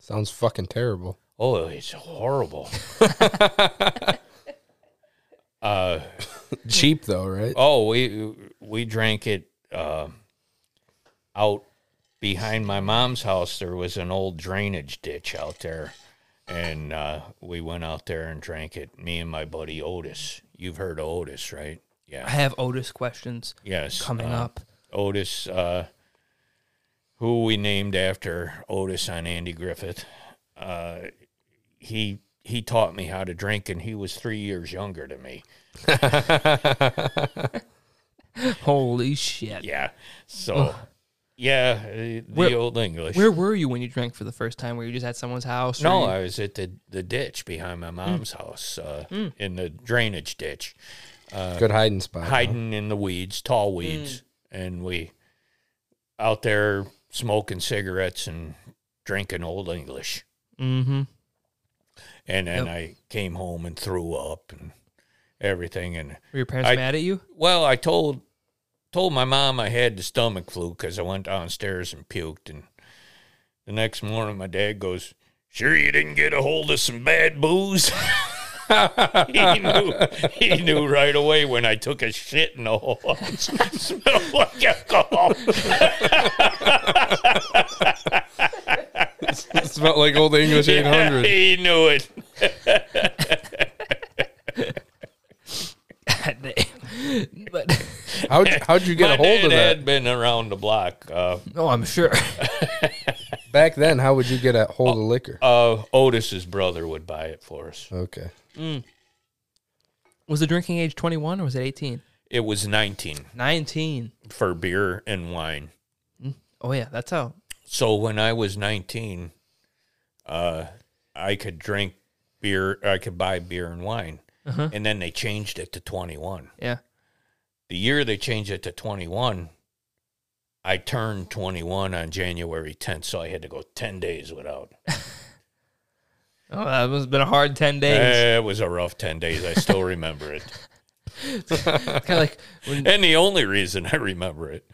sounds fucking terrible. Oh, it's horrible. uh, Cheap though, right? oh, we we drank it uh, out behind my mom's house. There was an old drainage ditch out there, and uh, we went out there and drank it. Me and my buddy Otis. You've heard of Otis, right? I Yeah. have Otis questions Yes. coming uh, up. Otis, uh, who we named after Otis on Andy Griffith. Uh, he he taught me how to drink, and he was three years younger than me. Holy shit. Yeah. So, yeah, uh, the Where- old English. Where were you when you drank for the first time? Were you just at someone's house? or no, you- I was at the, the ditch behind Hmm. my mom's house uh, in the drainage ditch, Good hiding spot. Uh-huh. huh? Uh, hiding in the weeds, tall weeds. And we out there smoking cigarettes and drinking old English. mm-hmm. And then I came home and threw up and everything. And Were your parents I- mad at you? Well, I told told my mom I had the stomach flu because I went downstairs and puked, and the next morning my dad goes, "Sure, you didn't get a hold of some bad booze." he knew he knew right away when I took a shit in the hole. It smelled like alcohol. It smelled like old English 800. he knew it. God damn. but How'd, how'd you get my a hold dad of that? had been around the block. Uh, no, I'm sure. Back then, how would you get a hold of liquor? uh, Otis's brother would buy it for us. Okay. Was the drinking age 21 or was it 18? It was nineteen 19. for beer and wine. Oh yeah, that's how. so when I was 19, uh, I could drink beer, I could buy beer and wine. Uh-huh. And then they changed it to 21. Yeah. The year they changed it to 21, I turned 21 on January 10th, so I had to go 10 days without. Oh, that must have been a hard 10 days. Eh, it was a rough 10 days. I still remember it. It's kind of like when And the only reason I remember it.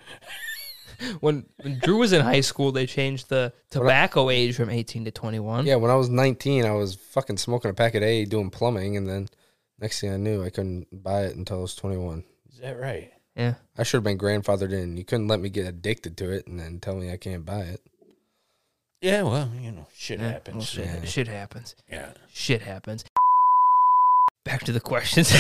when, when Drew was in high school, they changed the tobacco age from 18 to 21. Yeah, when I was 19, I was fucking smoking a pack a day doing plumbing, and then next thing I knew, I couldn't buy it until I was 21. Is that right? Yeah. I should have been grandfathered in. You couldn't let me get addicted to it and then tell me I can't buy it. Yeah, well, you know, shit Yeah. happens. Well, shit, shit happens. Yeah. Shit happens. Back to the questions.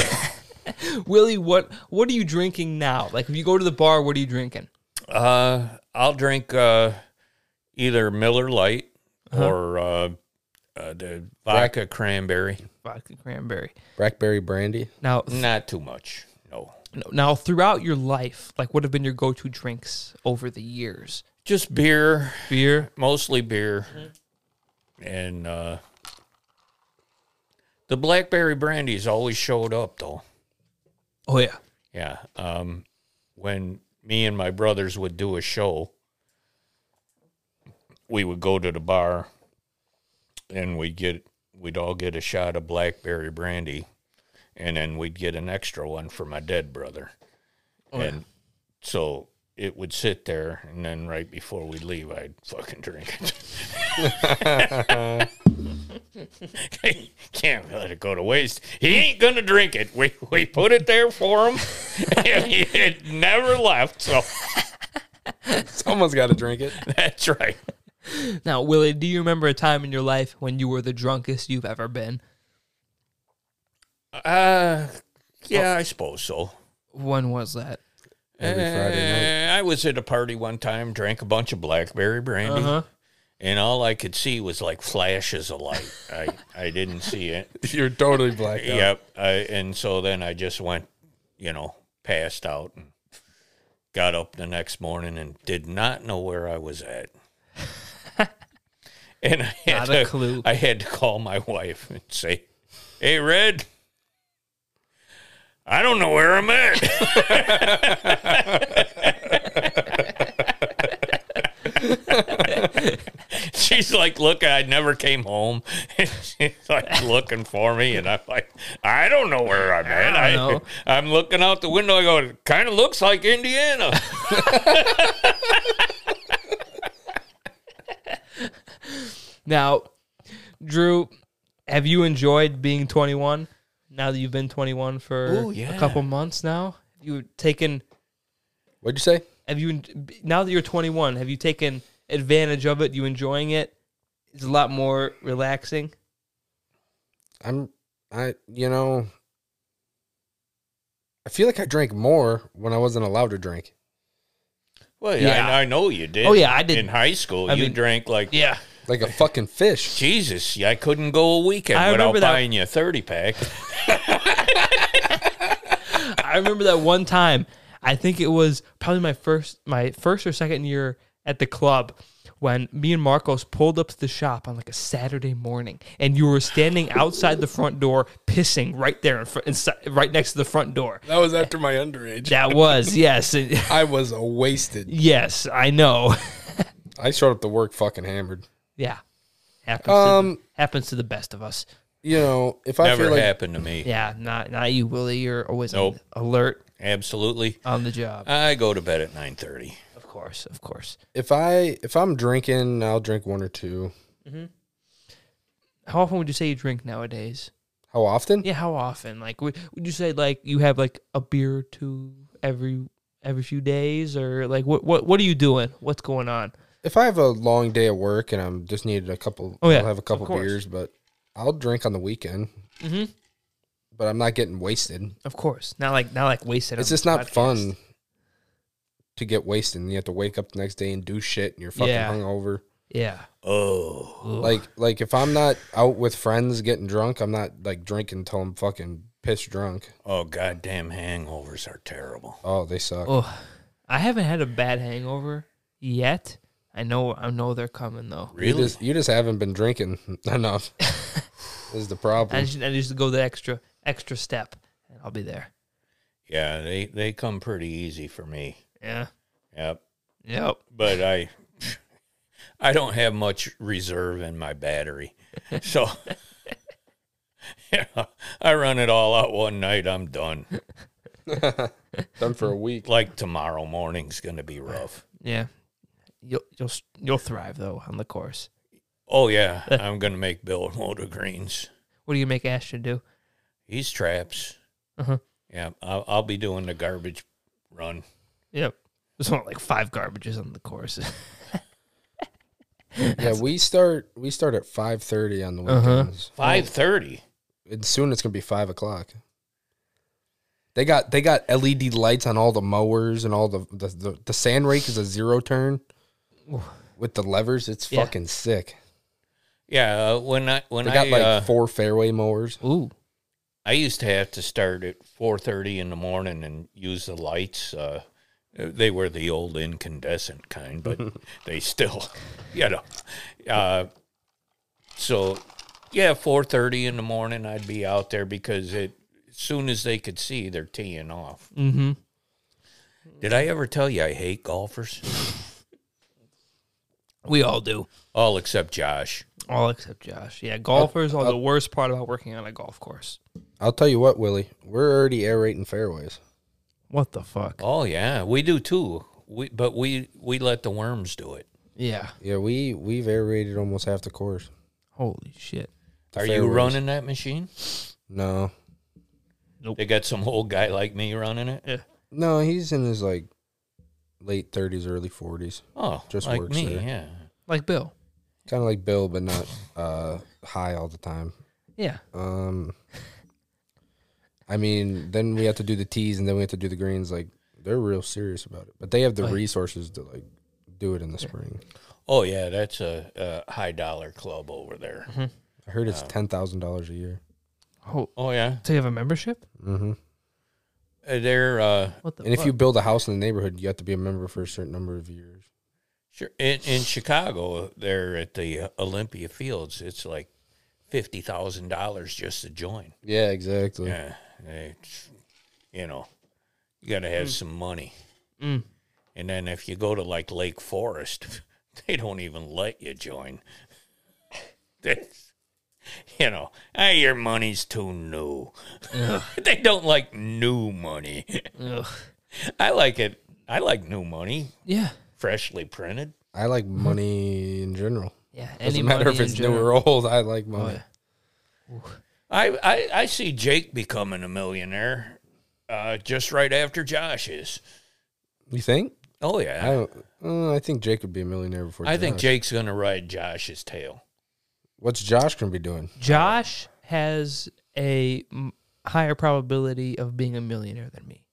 Willie, what what are you drinking now? Like if you go to the bar, what are you drinking? Uh, I'll drink uh, either Miller Light or uh, uh, the vodka cranberry. Vodka cranberry. Blackberry brandy. Now, Not too much. No, now throughout your life, like what have been your go-to drinks over the years? just beer, Beer, mostly beer, and uh, the blackberry brandies always showed up though. Oh yeah. Yeah. Um, when me and my brothers would do a show, we would go to the bar and we'd get we'd all get a shot of blackberry brandy and then we'd get an extra one for my dead brother. and so it would sit there and then right before we leave I'd fucking drink it. Can't let it go to waste. He ain't gonna drink it. We we put it there for him and he had never left. So Someone's got to drink it. that's right. Now, Willie, do you remember a time in your life when you were the drunkest you've ever been? Uh yeah, I suppose so. When was that? Every Friday night. Uh, I was at a party one time, drank a bunch of blackberry brandy, Uh-huh. and all I could see was like flashes of light. I, I didn't see it. You're totally blacked out. Yep. I, and so then I just went, you know, passed out and got up the next morning and did not know where I was at. and I had Not a to, clue. I had to call my wife and say, "Hey, Red, I don't know where I'm at." She's like, "Look, I never came home." And she's like looking for me, and I'm like, "I don't know where I'm at." I I don't know." I'm looking out the window. I go, "It kind of looks like Indiana." Now, Drew, have you enjoyed being 21? Now that you've been 21 for Ooh, yeah. a couple months now, have you taken What'd you say? have you now that you're 21, have you taken advantage of it? You enjoying it? It's a lot more relaxing. I'm, I, you know, I feel like I drank more when I wasn't allowed to drink. Well, yeah, Yeah. I, I know you did. Oh, yeah, I did. in high school. I you mean- drank like Yeah. like a fucking fish. Jesus, I couldn't go a weekend I without remember that- buying you a 30 pack. I remember that one time. I think it was probably my first my first or second year at the club when me and Marcos pulled up to the shop on like a Saturday morning, and you were standing outside the front door pissing right there in front, inside, right next to the front door. That was after my underage. That was yes, and- I was uh, wasted. yes, I know. I showed up to work fucking hammered. Yeah, happens. to Um, the, happens to the best of us. You know, if I Never feel like happened to me. Yeah, not not you, Willie. You're always Nope. alert Absolutely. on the job. I go to bed at 9:30. Of course, of course. if I if I'm drinking, I'll drink one or two. How often would you say you drink nowadays? How often? Yeah, how often? Like, would, would you say like you have like a beer or two every every few days, or like what what what are you doing? What's going on? If I have a long day at work and I'm just needed a couple, Oh, yeah, I'll have a of couple course. beers, but I'll drink on the weekend. Mhm. But I'm not getting wasted. Of course, not like not like wasted. it's on just the not podcast. fun to get wasted. and You have to wake up the next day and do shit, and you're fucking Yeah. hungover. Yeah. Oh. Ugh. Like like if I'm not out with friends getting drunk, I'm not like drinking until I'm fucking pitch drunk. Oh goddamn hangovers are terrible. Oh, they suck. oh, I haven't had a bad hangover yet. I know I know they're coming though. You Really? just you just haven't been drinking enough. is the I problem. just, I just go the extra extra step, and I'll be there. yeah, they they come pretty easy for me. Yeah. Yep. Yep. But I I don't have much reserve in my battery. So yeah, I run it all out one night, I'm done. Done for a week. Like tomorrow morning's going to be rough. Yeah. You'll you'll s- you'll thrive though on the course. Oh yeah, I'm going to make Bill motor greens. What do you make Ashton do? He's traps. Uh-huh. Yeah, I'll, I'll be doing the garbage run. Yep. There's only like five garbages on the course. Yeah, we start we start at five thirty on the Uh-huh. weekends. Five thirty. And soon it's gonna be five o'clock. They got they got LED lights on all the mowers and all the the, the, the sand rake is a zero turn with the levers. It's Yeah. fucking sick. Yeah, uh, when I when They got I like uh, four fairway mowers. Ooh. I used to have to start at four thirty in the morning and use the lights. Uh, they were the old incandescent kind, but they still, you know. Uh, so, yeah, four thirty in the morning, I'd be out there because it as soon as they could see, they're teeing off. Mm-hmm. Did I ever tell you I hate golfers? We all do. All except Josh. All except Josh. Yeah, golfers are the worst part about working on a golf course. I'll tell you what, Willie, we're already aerating fairways. What the fuck? Oh yeah, we do too. We but we we let the worms do it. Yeah. Yeah, we we've aerated almost half the course. Holy shit. The Are you fairways. running that machine? No, They got some old guy like me running it. no, he's in his like late thirties, early forties. Oh, Just like works me, there. yeah. Like Bill. Kind of like Bill, but not uh, high all the time. Yeah. Um, I mean, then we have to do the tees, and then we have to do the greens. Like they're real serious about it, but they have the resources to like do it in the spring. Oh yeah, that's a, a high dollar club over there. I heard it's ten thousand dollars a year. Oh, Oh yeah, so you have a membership? Mm-hmm. Uh, they're uh, What the And if fuck? you build a house in the neighborhood, you have to be a member for a certain number of years. sure in, in Chicago. They're at the Olympia Fields. It's like fifty thousand dollars just to join. Yeah, exactly. Yeah, it's, you know, you got to have some money. Mm. And then if you go to like Lake Forest, they don't even let you join. That's- you know, hey, your money's too new. they don't like new money. Ugh. I like it. I like new money, Yeah. freshly printed. I like money in general. Yeah. Doesn't Any matter money if in it's new general. or old. I like Oh, money. yeah. I, I, I see Jake becoming a millionaire uh, just right after Josh is. You think? Oh, yeah. I don't. Uh, I think Jake would be a millionaire before. I think Josh. Jake's going to ride Josh's tail. What's Josh gonna be doing? Josh has a m- higher probability of being a millionaire than me.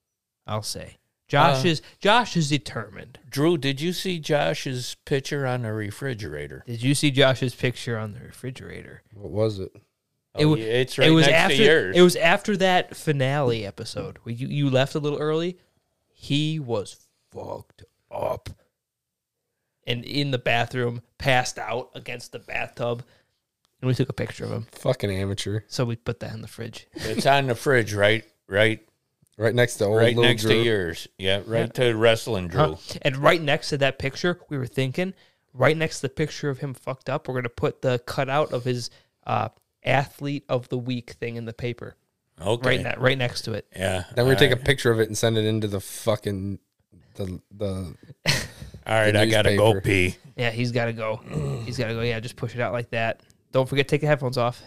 I'll say. Uh. Josh is Josh is determined. Drew, did you see Josh's picture on the refrigerator? Did you see Josh's picture on the refrigerator? What was it? it Oh, wa- yeah, it's right next after to yours. it was after that finale episode. Where you you left a little early. He was fucked up, and in the bathroom, passed out against the bathtub, and we took a picture of him. Fucking amateur. So we put that in the fridge. it's on the fridge, right? Right, Right next to old right little next Drew. to yours. Yeah, right to wrestling, Drew. And right next to that picture, we were thinking, right next to the picture of him fucked up, we're gonna put the cutout of his uh, athlete of the week thing in the paper. Okay. Right, ne- right next to it. Yeah. Then we take a picture of it and send it into the fucking the the All right, I gotta go pee. Yeah, he's got to go. he's got to go. Yeah, just push it out like that. Don't forget to take the headphones off.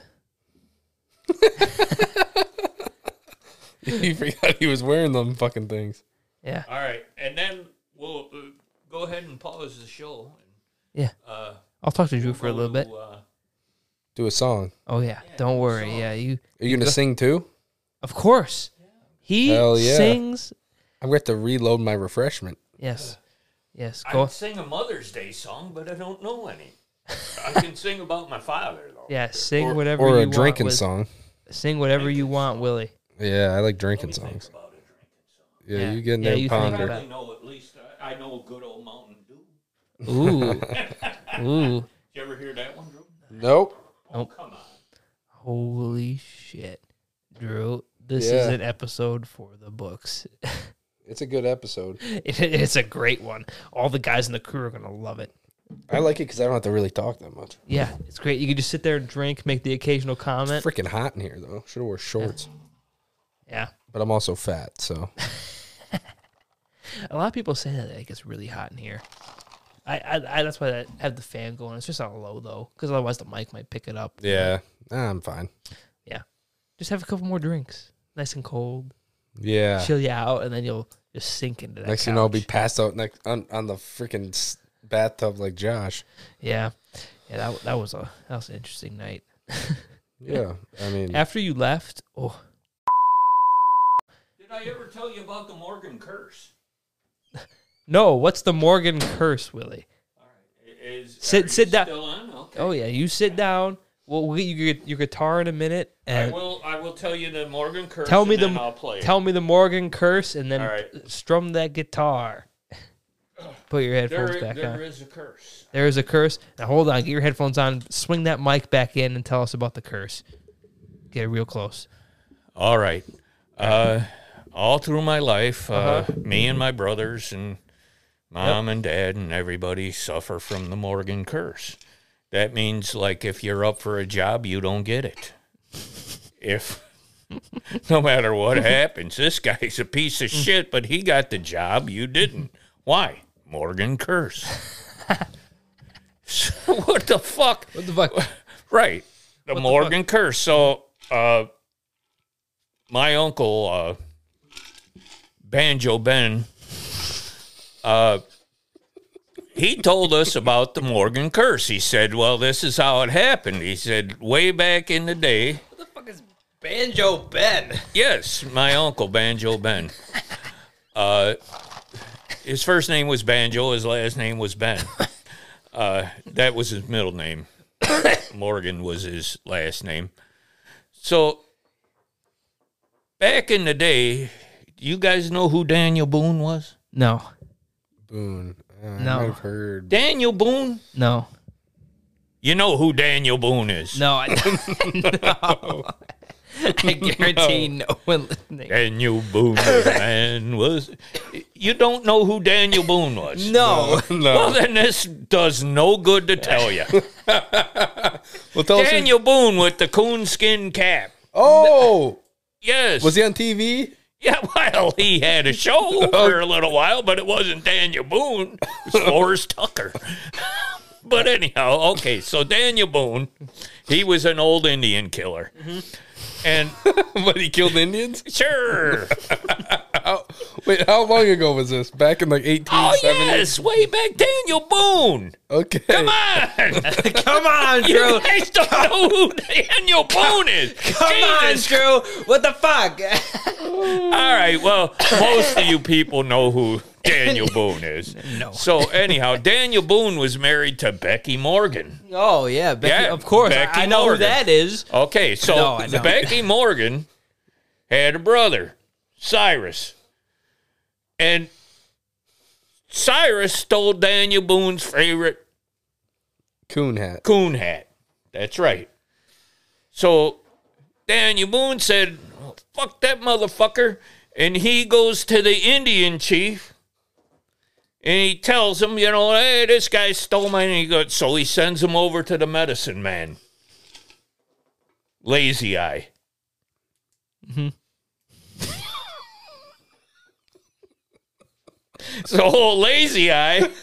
he forgot he was wearing them fucking things. Yeah. All right, and then we'll uh, go ahead and pause the show. Yeah. Uh, I'll talk to Drew for a little bit. Uh, Do a song. Oh yeah, don't worry. Yeah, you Are you gonna sing too? Of course. He Hell yeah. sings. I'm gonna have to reload my refreshment. Yes. Yes, I go. would sing a Mother's Day song, but I don't know any. I can sing about my father though. yeah, sing whatever Or you a want drinking with- song. Sing whatever you want, Willie. Yeah, I like drinking songs. Yeah, Yeah. you get in Yeah, there you and think ponder. about I know at least I, I know good old Mountain Dew. Ooh. Ooh. Did you ever hear that one, Drew? Nope. Oh. Come on. Holy shit. Drew, this is Yeah. an episode for the books. It's a good episode. It- it's a great one. All the guys in the crew are going to love it. I like it because I don't have to really talk that much. Yeah, it's great. You can just sit there and drink, make the occasional comment. It's freaking hot in here though. Should have wore shorts. yeah. But I'm also fat, so A lot of people say that like it's really hot in here. I, I, I that's why I have the fan going. It's just on low though, because otherwise the mic might pick it up. yeah, nah, I'm fine. Yeah. Just have a couple more drinks, nice and cold, Yeah. chill you out, and then you'll just sink into that. Next thing you know, I'll be couch. passed out next on, on the freaking s- bathtub like Josh. yeah, yeah. That that was a that was an interesting night. Yeah, I mean, After you left, oh Did I ever tell you about the Morgan curse? no, what's the Morgan curse, Willie? Is Sit- are you sit down. Still on? Okay. Oh yeah, you sit down. We'll, we'll get your, your guitar in a minute, I and will. I will tell you the Morgan curse. Uh, Tell me and the- Then I'll play. it. Tell me the Morgan curse and then All right. strum that guitar. Put your there, headphones there back is on. a curse. There is a curse. Now hold on, get your headphones on, swing that mic back in and tell us about the curse. Get real close. All right. Uh, all through my life, uh, Uh-huh. me and my brothers and mom and dad and everybody suffer from the Morgan curse. That means like if you're up for a job, you don't get it. If no matter what happens, this guy's a piece of shit, but he got the job, you didn't. Why? Morgan curse. what the fuck? What the fuck? Right. The Morgan curse. So, uh, my uncle, uh, Banjo Ben, uh, he told us about the Morgan curse. He said, Well, this is how it happened. He said, Way back in the day, the fuck is Banjo Ben? yes, my uncle, Banjo Ben. Uh, his first name was Banjo, his last name was Ben. Uh, that was his middle name. Morgan was his last name. So back in the day, you guys know who Daniel Boone was? No, Boone. Uh, No. I've heard. Daniel Boone? no, You know who Daniel Boone is. no. I, no. I guarantee no. one listening. Daniel Boone man was you don't know who Daniel Boone was. No. Well, then this does no good to tell you. Well, tell us who- Daniel Boone with the coonskin cap. oh, Yes. was he on TV? Yeah, well, he had a show for a little while, but it wasn't Daniel Boone. It was Forrest Tucker. But anyhow, okay. So Daniel Boone, he was an old Indian killer, and but he killed Indians. sure, Wait, how long ago was this? Back in like 1870. oh yes, way back Daniel Boone. Okay. Come on, Come on, you Drew. guys don't know who Daniel Boone is. Come Jesus on, Drew. What the fuck? All right. Well, most of you people know who Daniel Boone is. No. So anyhow, Daniel Boone was married to Becky Morgan. oh yeah, Becky, Yeah, of course. I- Becky I, know who Morgan. that is. Okay, so No, I don't. Becky Morgan had a brother, Cyrus, and Cyrus stole Daniel Boone's favorite Coon hat. coon hat. That's right. So Daniel Boone said, fuck that motherfucker. And he goes to the Indian chief and he tells him, you know, hey, this guy stole mine. And he goes, so he sends him over to the medicine man. Lazy eye. Mm-hmm. so old lazy eye.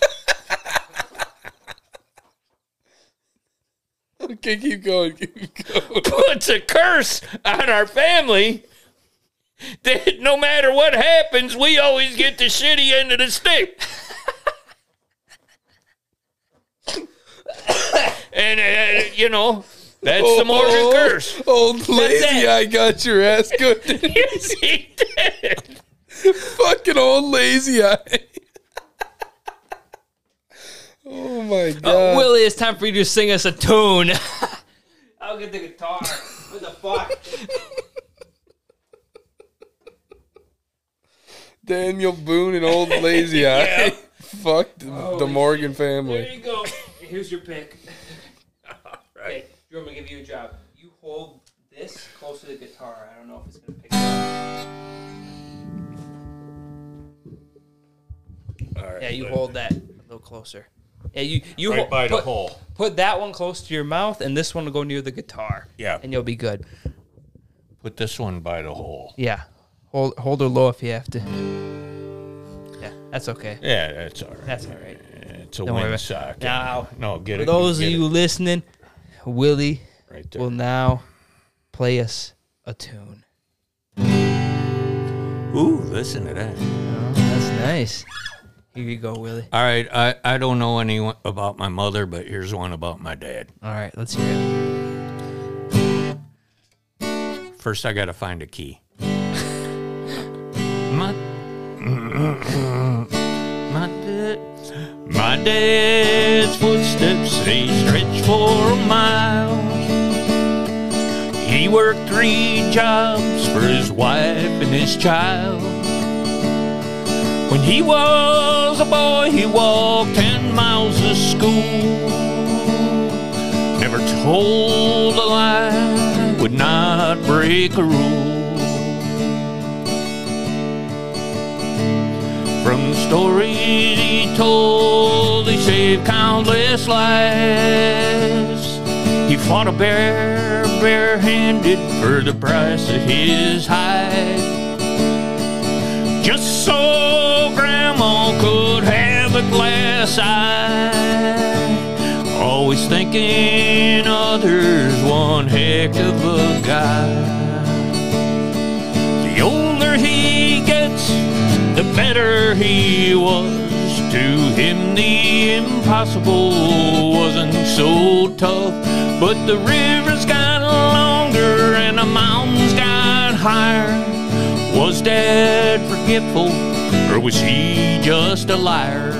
Okay, keep going. Keep going. puts a curse on our family that no matter what happens, we always get the shitty end of the stick. and, uh, you know, that's the Morgan curse. Old lazy it. eye got your ass good. Yes, he did. Fucking old lazy eye. oh Uh, my god. Willie, it's time for you to sing us a tune. I'll get the guitar. What the fuck? Daniel Boone and old lazy eye. Fuck the, the Morgan family. you go. Here's your pick. All right. Drew, I'm gonna give you a job. You hold this close to the guitar. I don't know if it's gonna pick up. All right, Yeah, you hold that a little closer. Yeah, you you right hol- by the put- hole. Put that one close to your mouth, and this one will go near the guitar. Yeah. and you'll be good. Put this one by the hole. Yeah, hold hold her low if you have to. Yeah, that's okay. Yeah, that's all right. That's all right. It's a Don't worry about it. windsock. Now, no, get For it. those of get you it listening, Willie right there. will now play us a tune. Ooh, listen to that. Oh, that's nice. Here you go, Willie. All right, I, I don't know any about my mother, but here's one about my dad. All right, let's hear it. First, I got to find a key. my, my, dad, my dad's footsteps, they stretch for a mile. He worked three jobs for his wife and his child. When he was a boy, he walked 10 miles to school never told a lie, would not break a rule. From stories he told, he saved countless lives. He fought a bear barehanded for the price of his hide. Just so Grandma could have a glass eye. Always thinking others, one heck of a guy. The older he gets, the better he was. To him, the impossible wasn't so tough. But the rivers got longer and the mountains got higher. Was Dad forgetful, or was he just a liar?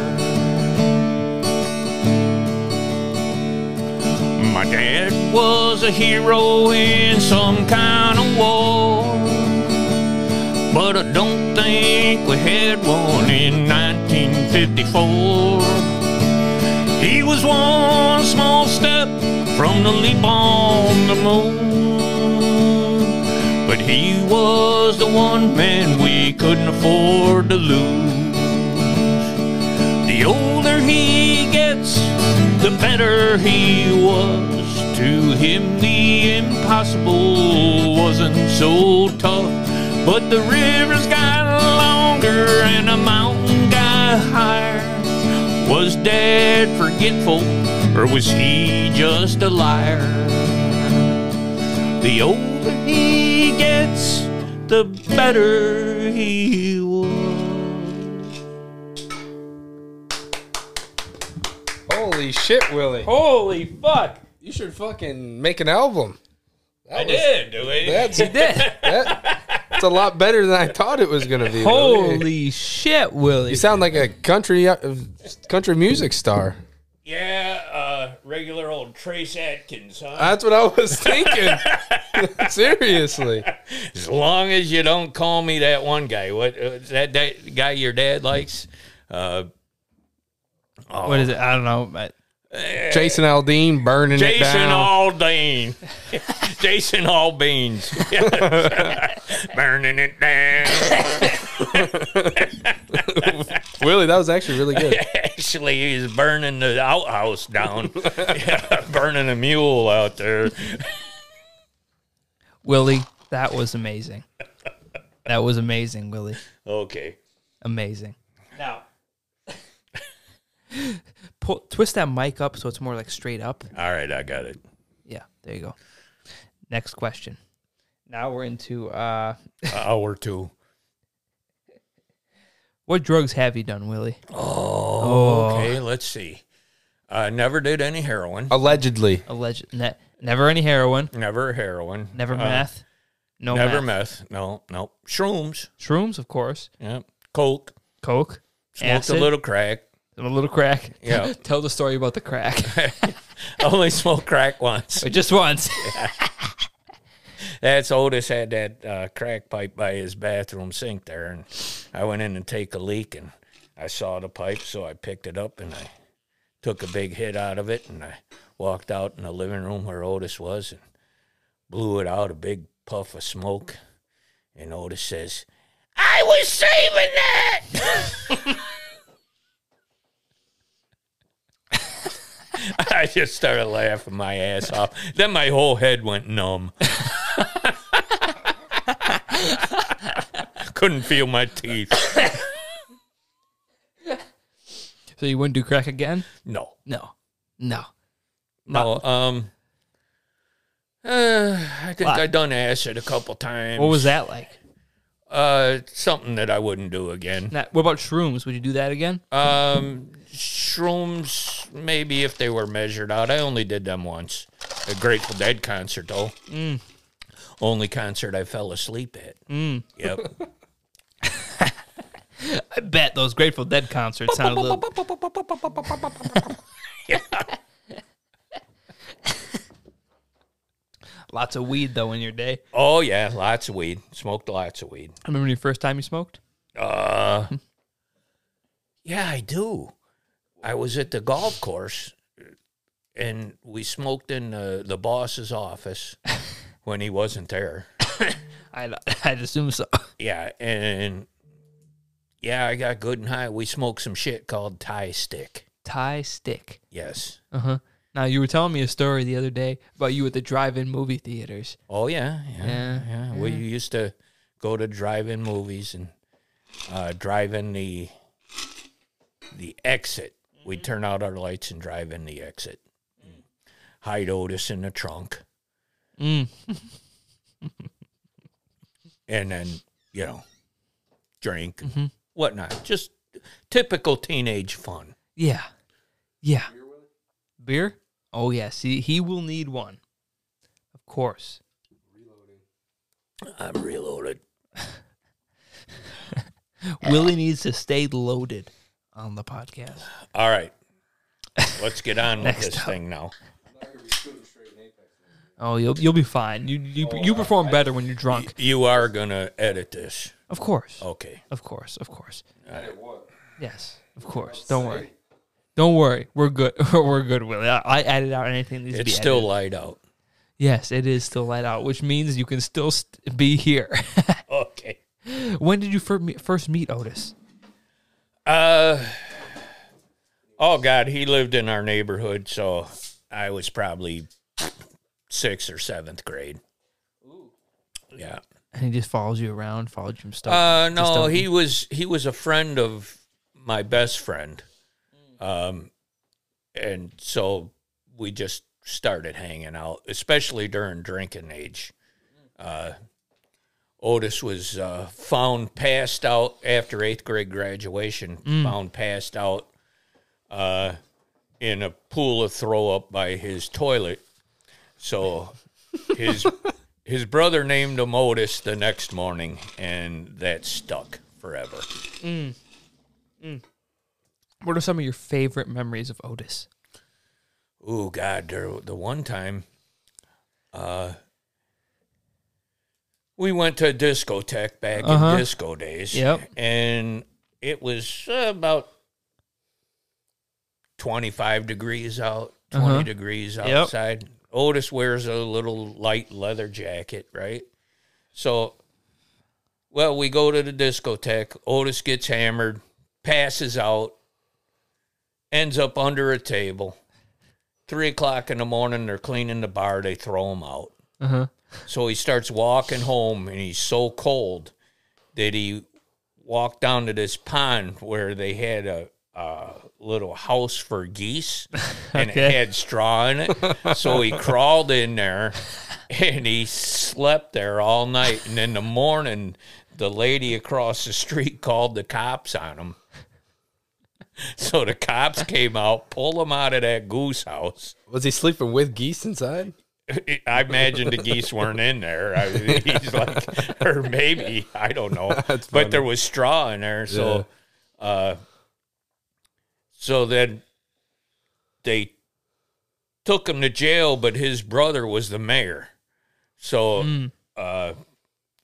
My dad was a hero in some kind of war. But I don't think we had one in 1954. He was one small step from the leap on the moon. But he was the one man we couldn't afford to lose. The older he gets, the better he was. To him, the impossible wasn't so tough. But the rivers got longer and the mountain got higher. Was Dad forgetful, or was he just a liar? The older he gets, the better he was. Holy shit, Willie. Holy fuck! You should fucking make an album. That I was- did, Dewey. That's, did. that- that's a lot better than I thought it was going to be. Willie. Holy shit, Willie. You sound like a country uh, country music star. Yeah, uh, regular old Trace Atkins, huh? That's what I was thinking. Seriously. As long as you don't call me that one guy, what uh, that, that guy your dad likes, uh, What is it? I don't know. but- Jason Aldean burning it Jason down. Aldean, Jason Albeans, burning it down. Willie, that was actually really good. Actually, he's burning the outhouse down, Yeah, burning a mule out there. Willie, that was amazing. That was amazing, Willie. Okay, Amazing. Now, pull, twist that mic up so it's more like straight up. all right, I got it. Yeah, there you go. Next question. Now we're into uh, Hour two. what drugs have you done, Willie? Okay, let's see. I never did any heroin. Allegedly. Alleged, ne- never any heroin, Never heroin. never Uh, meth, no Never meth. meth. No, no. Shrooms. Shrooms, of course, Yeah. Coke. coke, Smoked Acid? a little crack. and a little crack. Yeah. Tell the story about the crack. I Only smoked crack once. But just once. That's Otis had that uh, crack pipe by his bathroom sink there, and I went in to take a leak, and I saw the pipe, so I picked it up and I took a big hit out of it, and I walked out in the living room where Otis was and blew it out a big puff of smoke, and Otis says, "I was saving that." I just started laughing my ass off. Then my whole head went numb. Couldn't feel my teeth. so you wouldn't do crack again? No. No, no. No. Um uh, I think What? I done acid a couple times. What was that like? Uh something that I wouldn't do again. Not, what about shrooms? Would you do that again? Um shrooms maybe if they were measured out. I only did them once. A Grateful Dead concert though. Mm. Only concert I fell asleep at. Mm. Yep. I bet those Grateful Dead concerts sound a little. Lots of weed though in your day. Oh yeah, lots of weed. Smoked lots of weed. Remember your first time you smoked? Uh, yeah, I do. I was at the golf course, and we smoked in the, the boss's office when he wasn't there. I I'd assume so. Yeah, and yeah, I got good and high. We smoked some shit called Thai stick. Tie stick. Yes. Uh huh. Now you were telling me a story the other day about you at the drive-in movie theaters. Uh, Oh yeah, yeah, yeah. Yeah, We used to go to drive-in movies and uh, drive in the the exit. Mm-hmm. We'd turn out our lights and drive in the exit. Hide Otis in the trunk, Mm. and then you know, drink Mm-hmm. and whatnot. Just typical teenage fun. Yeah. Yeah. Beer? Oh yes. He he will need one. Of course. I'm reloaded. Willie needs to stay loaded on the podcast. All right, let's get on with Next this up. thing now. Oh, you'll you'll be fine. You you Oh, you perform better when you're drunk. You are gonna edit this, Of course. okay? Of course. Of course. Yes. Of course. Don't worry. Don't worry. We're good. We're good, Willie. I, I added out anything that needs to be It's still added. light out. Yes, it is still light out, which means you can still st- be here. Okay. when did you fir- me- first meet Otis? Uh, oh God, he lived in our neighborhood, so I was probably sixth or seventh grade. Yeah. And he just follows you around, followed you from start. Uh, Just no, don't- he was he was a friend of my best friend. Um, and so we just started hanging out, especially during drinking age. Uh, Otis was uh, found passed out after eighth grade graduation, found passed out uh, in a pool of throw up by his toilet. So his his brother named him Otis the next morning, and that stuck forever. What are some of your favorite memories of Otis? Oh God, there, the one time, uh, we went to a discotheque back in disco days. Yep. and it was uh, about twenty-five degrees out, 20 degrees outside. Otis wears a little light leather jacket, right? So, well, we go to the discotheque. Otis gets hammered, passes out, ends up under a table three o'clock in the morning, they're cleaning the bar, they throw him out. So he starts walking home, and he's so cold that he walked down to this pond where they had a, a little house for geese, and Okay. it had straw in it. so he crawled in there, and he slept there all night. And in the morning, the lady across the street called the cops on him. So the cops came out, pulled him out of that goose house. Was he sleeping with geese inside? I imagine the geese weren't in there. I, he's like, or maybe I don't know, funny. but there was straw in there. So, uh, so then they took him to jail, but his brother was the mayor, so uh,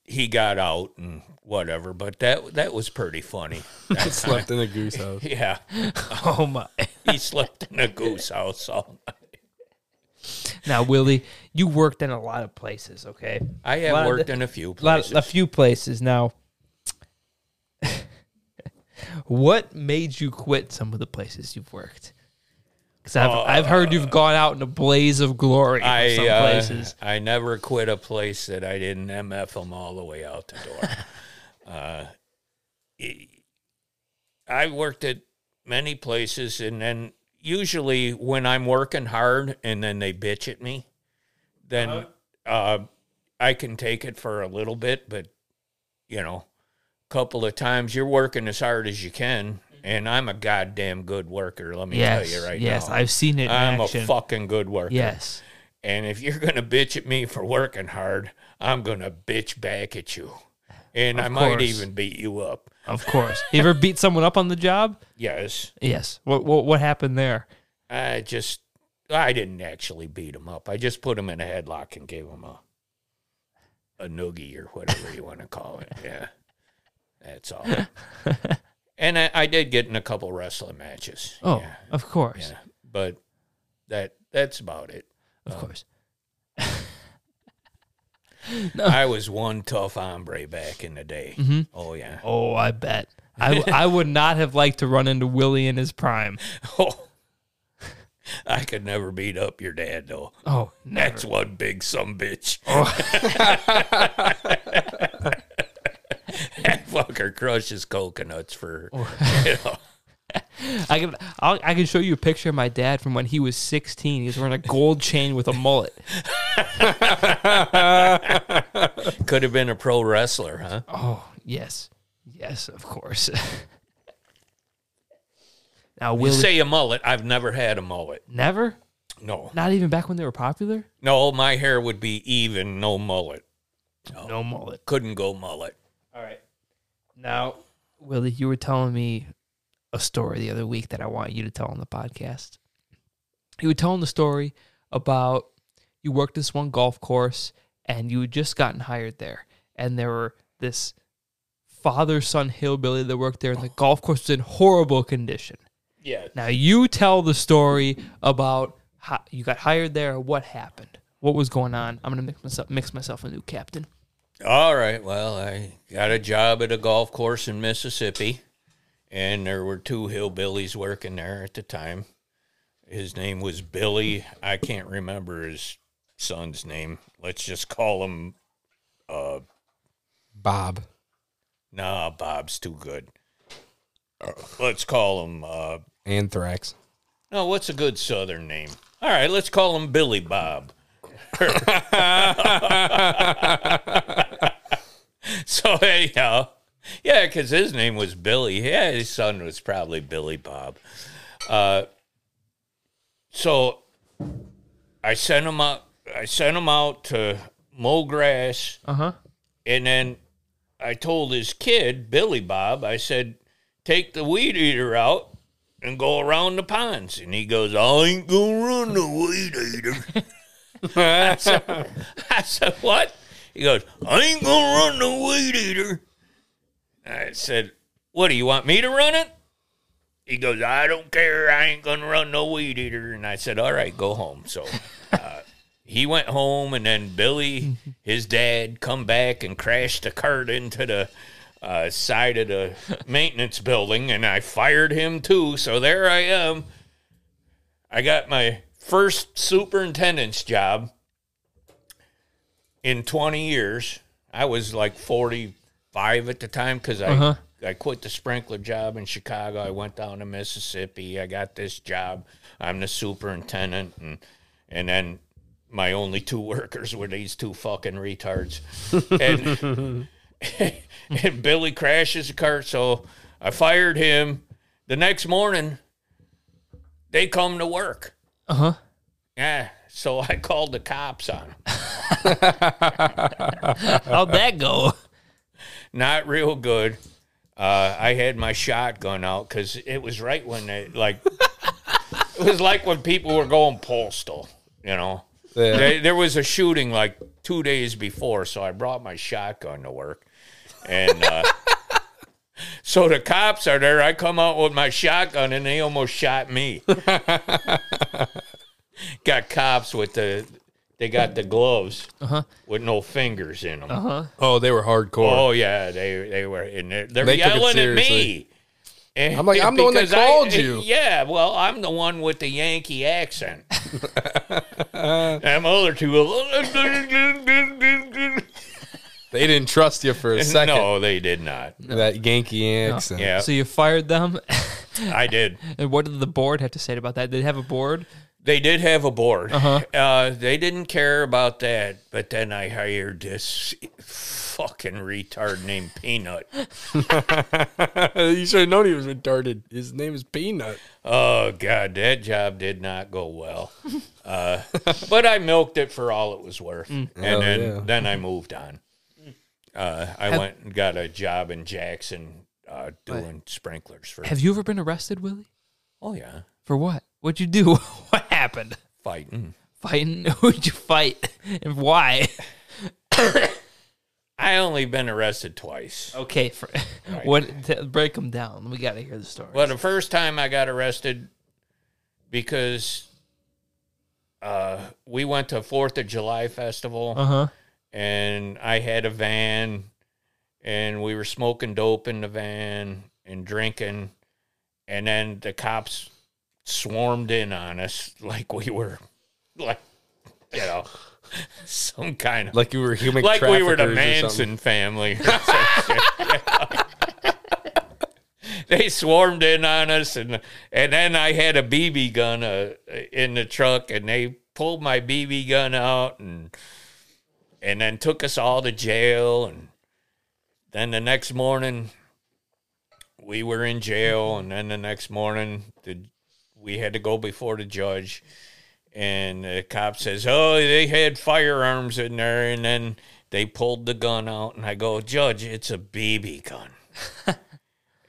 he got out and whatever. But that that was pretty funny. Slept in a goose house. yeah, Oh my! he slept in a goose house all night. Now Willie, you worked in a lot of places, okay? I Lot have of worked the- in a few lot, places. a few places. Now, what made you quit some of the places you've worked? Because I've, I've heard you've gone out in a blaze of glory from Oh, uh, I some uh, places. I never quit a place that I didn't MF them all the way out the door. uh, e- I worked at many places, and then usually when I'm working hard and then they bitch at me, then uh Uh-huh. I can take it for a little bit, but you know, a couple of times you're working as hard as you can. And I'm a goddamn good worker. Let me Mm-hmm. Yes, tell you right yes, now. I've seen it. In I'm action. a fucking good worker. Yes, And if you're going to bitch at me for working hard, I'm going to bitch back at you. And I might course. even beat you up. of course. you ever beat someone up on the job? Yes. Yes. What what, what happened there? I just, I didn't actually beat him up. I just put him in a headlock and gave him a, a noogie or whatever you want to call it. Yeah. That's all. and I, I did get in a couple wrestling matches. Oh, Yeah. of course, yeah. But that, that's about it. of course. I was one tough hombre back in the day. Oh, yeah. Oh, I bet. I, I would not have liked to run into Willie in his prime. Oh, I could never beat up your dad though. Oh, never. That's one big some bitch. that fucker crushes coconuts for. You know, I can I'll, I can show you a picture of my dad from when he was 16. He was wearing a gold chain with a mullet. could have been a pro wrestler, huh? Oh yes, yes, of course. now Willie, Say a mullet. I've never had a mullet. never, No, not even back when they were popular. no, my hair would be even. No mullet. No mullet. Couldn't go mullet. All right. Now Willie, you were telling me a story the other week that I want you to tell on the podcast. You were telling the story about you worked this one golf course and you had just gotten hired there, and there were this father son hillbilly that worked there, and the golf course was in horrible condition. Yeah. Now you tell the story about how you got hired there, what happened, what was going on. I'm gonna mix myself mix myself a new captain. All right. Well, I got a job at a golf course in Mississippi, and there were two hillbillies working there at the time. His name was Billy. I can't remember his son's name. Let's just call him Bob. Nah, Bob's too good. Let's call him uh, Anthrax. No, Oh, what's a good Southern name? All right, let's call him Billy Bob. so anyhow, yeah, because his name was Billy. Yeah, his son was probably Billy Bob. Uh, so I sent him out. I sent him out to mow grass. Uh huh. And then I told his kid, Billy Bob, I said, take the weed eater out and go around the ponds. And he goes, I ain't gonna run the weed eater. I, said, I said, What? He goes, I ain't gonna run the weed eater. I said, What do you want me to run it? He goes, I don't care. I ain't gonna run no weed eater. And I said, All right, go home. So he went home and then billy his dad come back and crashed the cart into the uh, side of the maintenance building and i fired him too so there i am i got my first superintendent's job in 20 years i was like 45 at the time because i I quit the sprinkler job in Chicago. I went down to Mississippi. I got this job. I'm the superintendent, and and then my only two workers were these two fucking retards. And, and Billy crashes the car, so I fired him. The next morning, they come to work. Uh huh. Yeah, so I called the cops on 'em. How'd that go? not real good. Uh, I had my shotgun out because it was right when they like. it was like when people were going postal, you know. Yeah. They, there was a shooting like two days before, so I brought my shotgun to work, and uh, so the cops are there. I come out with my shotgun, and they almost shot me. got cops with the. They got the gloves with no fingers in them. Oh, they were hardcore. Oh yeah, they they were in there. They're They took it yelling at me. seriously. I'm like, I'm the one that Because I- called you. Yeah, well, I'm the one with the Yankee accent. and my other two. They didn't trust you for a second. No, they did not. That Yankee accent. Yeah, So you fired them, I did. and what did the board have to say about that? Did they have a board? They did have a board. Uh-huh. uh they didn't care about that, but then I hired this fucking retard named Peanut. you should have known he was retarded. His name is Peanut. Oh God, that job did not go well. Uh, but I milked it for all it was worth, and Oh, then yeah. then I moved on. Uh, I went and got a job in Jackson uh, doing sprinklers for. Have you ever been arrested, Willie? oh yeah, For what? What'd you do? what happened? fighting. Fighting? Who'd you fight, and why? I only been arrested twice. Okay, for, what? T- break them down. We got to hear the story. Well, the first time I got arrested because uh, we went to Fourth of July festival. Uh huh. and I had a van, and we were smoking dope in the van and drinking, and then the cops swarmed in on us like we were, like you know, some kind of Like you were human like we were the traffickers or something. Manson family. or some shit. they swarmed in on us, and and then I had a BB gun uh, in the truck, and they pulled my BB gun out, and and then took us all to jail, and then the next morning we were in jail, and then the next morning the, we had to go before the judge and the cop says, "Oh, they had firearms in there," and then they pulled the gun out, and I go, "Judge, it's a BB gun."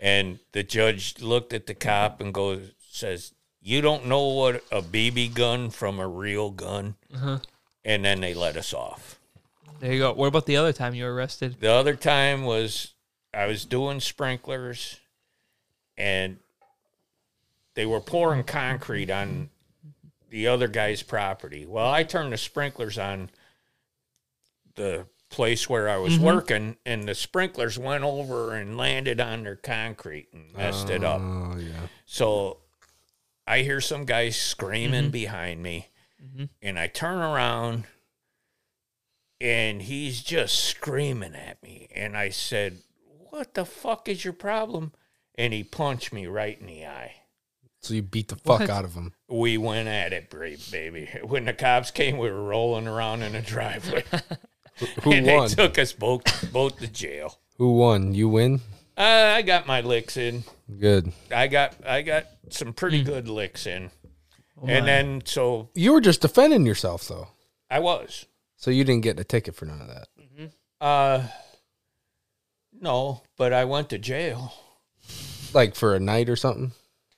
and the judge looked at the cop and goes, "says You don't know what a BB gun from a real gun," and then they let us off. There you go. What about the other time you were arrested? The other time was I was doing sprinklers and they were pouring concrete on the other guy's property. Well, I turned the sprinklers on the place where I was working and the sprinklers went over and landed on their concrete and messed it up. Oh yeah. So I hear some guy screaming Mm-hmm. behind me, and I turn around, and he's just screaming at me. And I said, What the fuck is your problem? And he punched me right in the eye. So you beat the fuck What? out of him. We went at it, brave baby. When the cops came, we were rolling around in the driveway. Who and won? They took us both both to jail. Who won? You win. Uh, I got my licks in. Good. I got I got some Mm. pretty good licks in. Oh and then so You were just defending yourself though, I was. so you didn't get a ticket for none of that. Uh no, but I went to jail. Like for a night or something.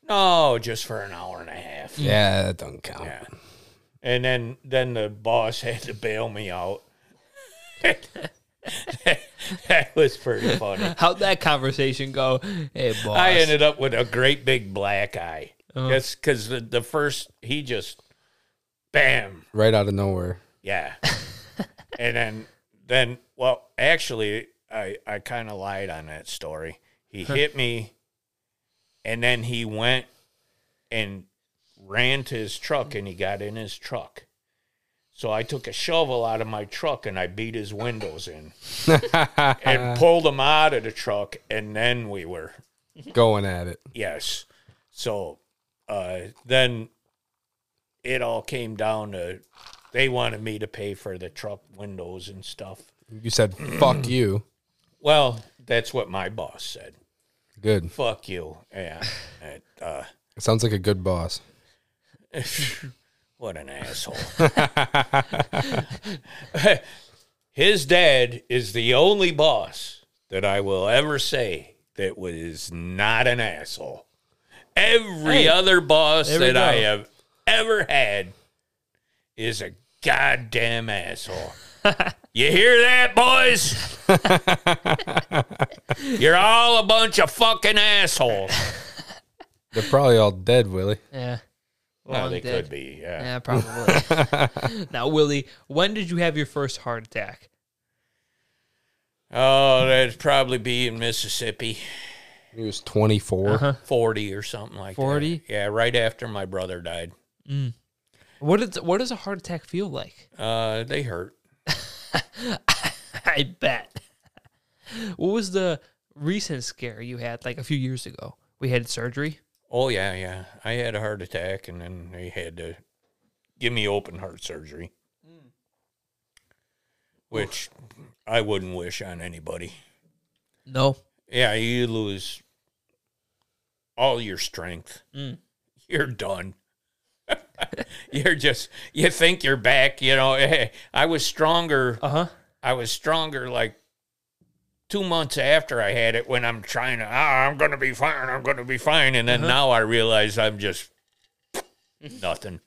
No, just for an hour and a half. Yeah, that doesn't count. Mm. Yeah. And then then the boss had to bail me out. that was pretty funny. How'd that conversation go? Hey, boss. I ended up with a great big black eye. That's because the, the first, he just, bam, Right out of nowhere. yeah. and then, then, well, actually, I, I kind of lied on that story. He hit me, and then he went and ran to his truck, and he got in his truck. So I took a shovel out of my truck and I beat his windows in and pulled him out of the truck, and then we were Going at it. Yes. So uh, then it all came down to they wanted me to pay for the truck windows and stuff. You said fuck you. Well, that's what my boss said. Good. Fuck you. Yeah. And, uh, Sounds like a good boss. what an asshole. His dad is the only boss that I will ever say that was not an asshole. Every Hey, other boss there we that I go. have ever had is a goddamn asshole. you hear that, boys? You're all a bunch of fucking assholes. They're probably all dead, Willie. Yeah. Well, I'm they dead. could be, Yeah, probably. now, Willie, when did you have your first heart attack? Oh, that'd probably be in Mississippi, He was 24. Uh-huh. forty or something like that. 40? Yeah, right after my brother died. What does what does a heart attack feel like? Uh, they hurt. I bet. What was the recent scare you had like a few years ago? We had surgery. Oh yeah, yeah. I had a heart attack, and then they had to give me open heart surgery, which I wouldn't wish on anybody. No. Yeah, you lose all your strength. You're done. you're just you think you're back. You know, hey, I was stronger. Uh huh. I was stronger like two months after I had it when I'm trying to, ah, I'm going to be fine, I'm going to be fine. And then now I realize I'm just nothing.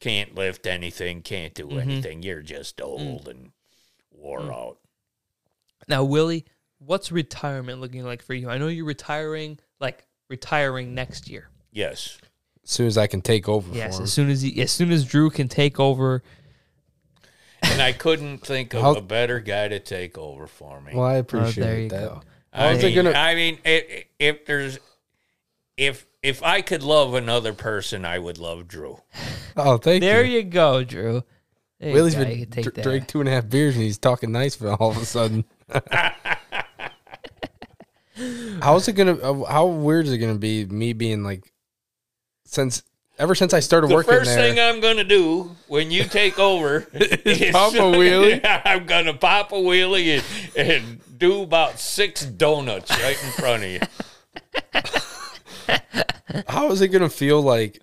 Can't lift anything, can't do anything. You're just old and wore out. Now, Willie, what's retirement looking like for you? I know you're retiring, like retiring next year. Yes. As soon as I can take over Yes, for him. as soon as he, as soon as Drew can take over. And I couldn't think of How- a better guy to take over for me. Well, I Oh, appreciate there you that. go. I How's it mean, gonna- I mean i- i- if there's, if, if I could love another person, I would love Drew. Oh, thank There you. you go, Drew. There you Willie's go, you been can take dr- that. drank two and a half beers and he's talking nice for all of a sudden. How's it gonna? uh, How weird is it gonna be? Me being like, since ever since I started The working first there, thing I'm going to do when you take over is pop a wheelie? I'm going to pop a wheelie and, and do about six donuts right in front of you. how is it gonna feel like?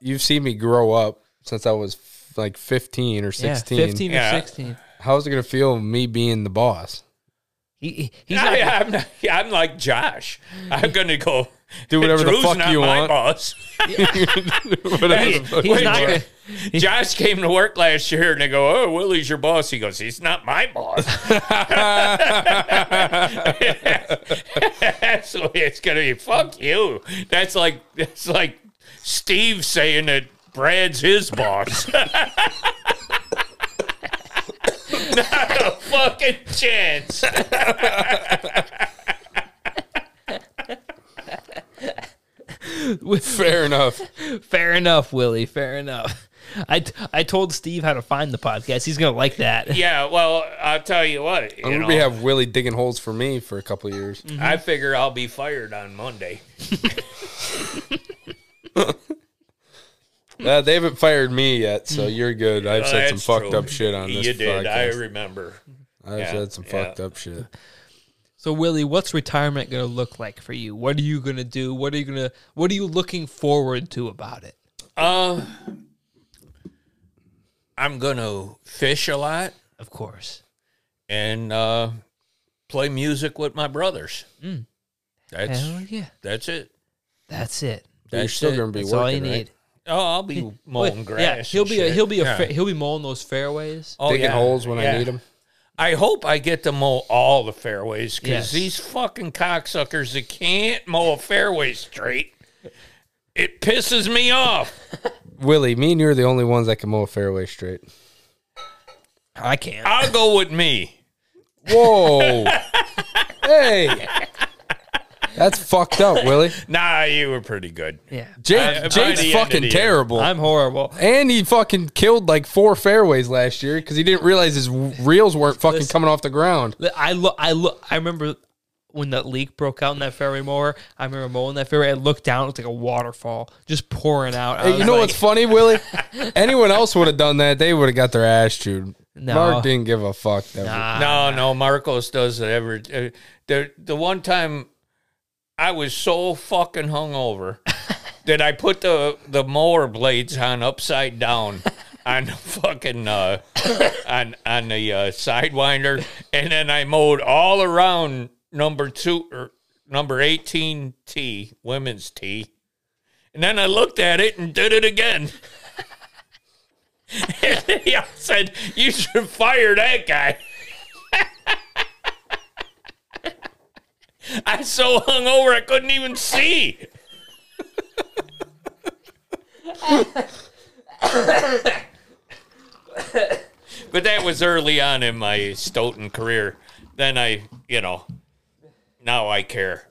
You've seen me grow up since I was f- like fifteen or sixteen. Yeah, 15 Yeah. or 16. How's it gonna feel? Me being the boss, He, he- he's not, I, I'm, not- I'm like Josh. I'm going to go Do whatever the Drew's fuck not you my want." Boss. Whatever the fuck he's it not was. gonna, Josh came to work last year and they go, "Oh, Willie's your boss." He goes, "He's not my boss." That's the way it's gonna be. Fuck you. That's like that's like Steve saying that Brad's his boss. not a fucking chance. Fair enough. Fair enough, Willie. Fair enough. I, I told Steve how to find the podcast. He's gonna like that. Yeah. Well, I'll tell you what. You I'm gonna know, be have Willie digging holes for me for a couple of years. I figure I'll be fired on Monday. Uh, they haven't fired me yet, so you're good. I've said some Mm. Uh, That's fucked true. up shit on this You did. I podcast. remember. I've yeah, said some yeah. fucked up shit. So Willie, what's retirement going to look like for you? What are you going to do? What are you going to What are you looking forward to about it? Uh, I'm gonna fish a lot Of course. and uh, play music with my brothers. That's Mm. Hell yeah. that's it. That's it. But you're That's still it. gonna be That's working, all you right? need. Oh, I'll be mowing Wait, grass. Yeah, he'll and be a shit. he'll be a Yeah. fa- he'll be mowing those fairways. Oh, Digging yeah, holes when I yeah. need them. I hope I get to mow all the fairways Yes. because these fucking cocksuckers that can't mow a fairway straight, it pisses me off. Willie, me and you are the only ones that can mow a fairway straight. I can't. I'll go with me. Whoa. hey. That's fucked up, Willie. Nah, you were pretty good. Yeah. Jake, I- by Jake's the end of the fucking year, terrible. I'm horrible. and he fucking killed like four fairways last year because he didn't realize his reels weren't fucking Listen. coming off the ground. Li- I look. I look. I remember when that leak broke out in that fairway mower. I remember mowing that fairway. I looked down. It was like a waterfall just pouring out. I Uh, Hey, you was know like, what's funny, Willie? Anyone else would have done that. They would have got their ass chewed. No. Mark didn't give a fuck. That Nah. No, no, Marcos does it every. Uh, the the one time I was so fucking hungover that I put the the mower blades on upside down on the fucking uh, on on the uh, sidewinder, and then I mowed all around number two or number eighteen tee women's tee, and then I looked at it and did it again. I said, "You should fire that guy." I was so hungover I couldn't even see. but that was early on in my Stoughton career. Then I, you know, now I care.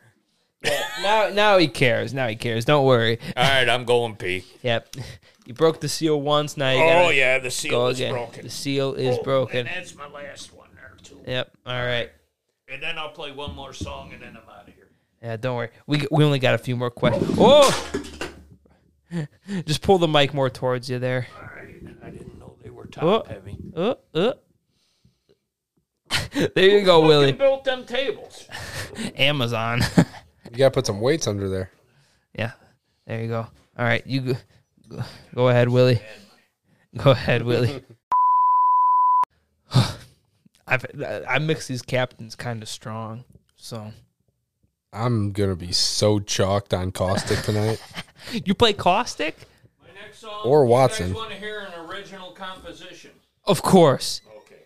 Now, now he cares. Now he cares. Don't worry. All right, I'm going pee. Yep. You broke the seal once. Now you Oh gotta yeah, the seal go is again. broken. Oh, The seal is broken. And that's my last one there too. Yep. All right. And then I'll play one more song and then I'm out of here. Yeah. Don't worry. We we only got a few more questions. Oh. Just pull the mic more towards you there. All right, I didn't know they were top Oh. heavy. Uh, uh. there you go, They Willie. built them tables. Amazon. you got to put some weights under there. yeah. There you go. All right, you go, go ahead, Willie. Go ahead, Willie. I've, I mix these captains kind of strong, so I'm going to be so chalked on caustic tonight. you play caustic, My next song. Or you Watson. guys want to hear an original composition? of course. Okay.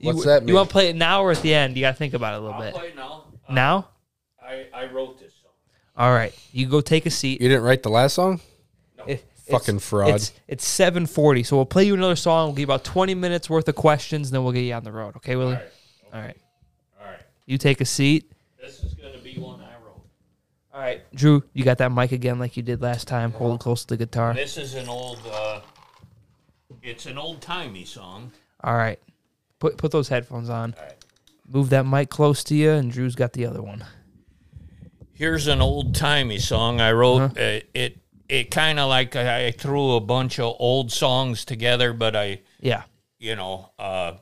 What's you, that mean? You want to play it now or at the end? You got to think about it a little I'll bit. play now. Uh, now, I, I wrote this song. all right. You go take a seat. You didn't write the last song? It- Fucking it's- fraud. It's it's seven forty, so we'll play you another song. We'll give you about twenty minutes worth of questions, then we'll get you on the road. Okay, Willie. All right. All right. You take a seat. This is going to be one I wrote. All right, Drew. You got that mic again, like you did last time. Hold it close to the guitar. This is an old. Uh, it's an old timey song. All right. Put put those headphones on. Move that mic close to you, and Drew's got the other one. Here's an old timey song I Uh-huh. wrote. Uh, it it kind of like I, I threw a bunch of old songs together, but I Yeah. you know, uh,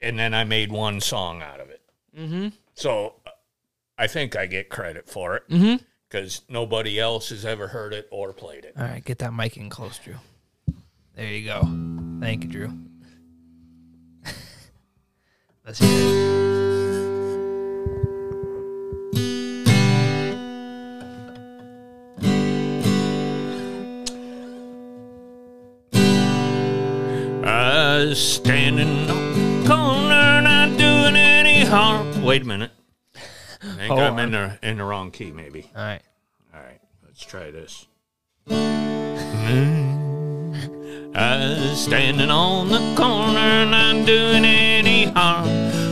and then I made one song out of it. Mm-hmm. So uh, I think I get credit for it because nobody else has ever heard it or played it. All right. Get that mic in close, Drew. There you go. Thank you, Drew. Let's hear it. I was standing on the corner, not doing any harm. Wait a minute. I think I'm in the, in the wrong key, maybe. All right. All right, let's try this. I was standing on the corner, not doing any harm.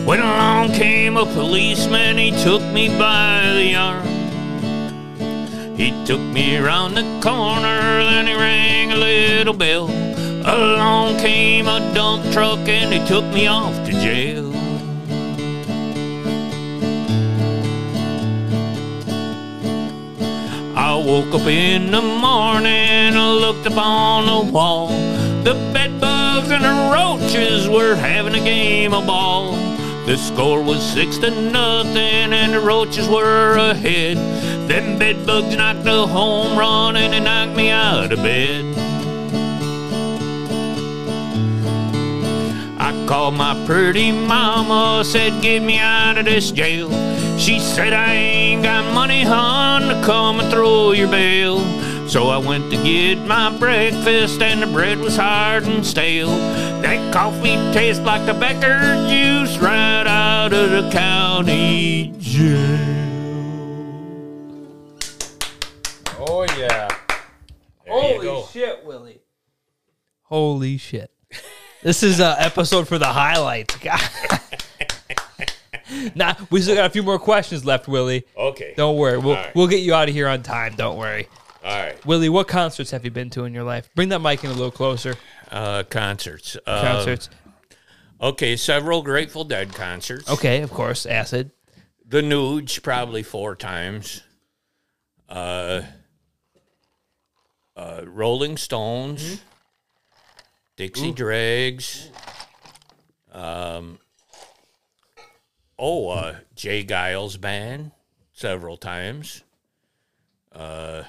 When along came a policeman, he took me by the arm. He took me around the corner, then he rang a little bell. Along came a dump truck, and he took me off to jail. I woke up in the morning, I looked up on the wall. The bed bugs and the roaches were having a game of ball. The score was six to nothing, and the roaches were ahead. Them bed bugs knocked a home run, and they knocked me out of bed. I called my pretty mama, said, Get me out of this jail. She said, I ain't got money, hon, to come and throw your bail. So I went to get my breakfast, and the bread was hard and stale. That coffee tastes like the Becker juice right out of the county jail. Oh yeah. Holy shit, Willie. Holy shit. This is an episode for the highlights. God. nah, we still got a few more questions left, Willie. Okay. Don't worry. We'll, All right. we'll get you out of here on time. Don't worry. All right. Willie, what concerts have you been to in your life? Bring that mic in a little closer. Uh, concerts. Uh, Concerts. Okay, several Grateful Dead concerts. okay, of course. Acid. The Nuge probably four times. Uh, uh, Rolling Stones, Dixie Dregs. Um, oh, uh, Jay Giles band several times. Uh,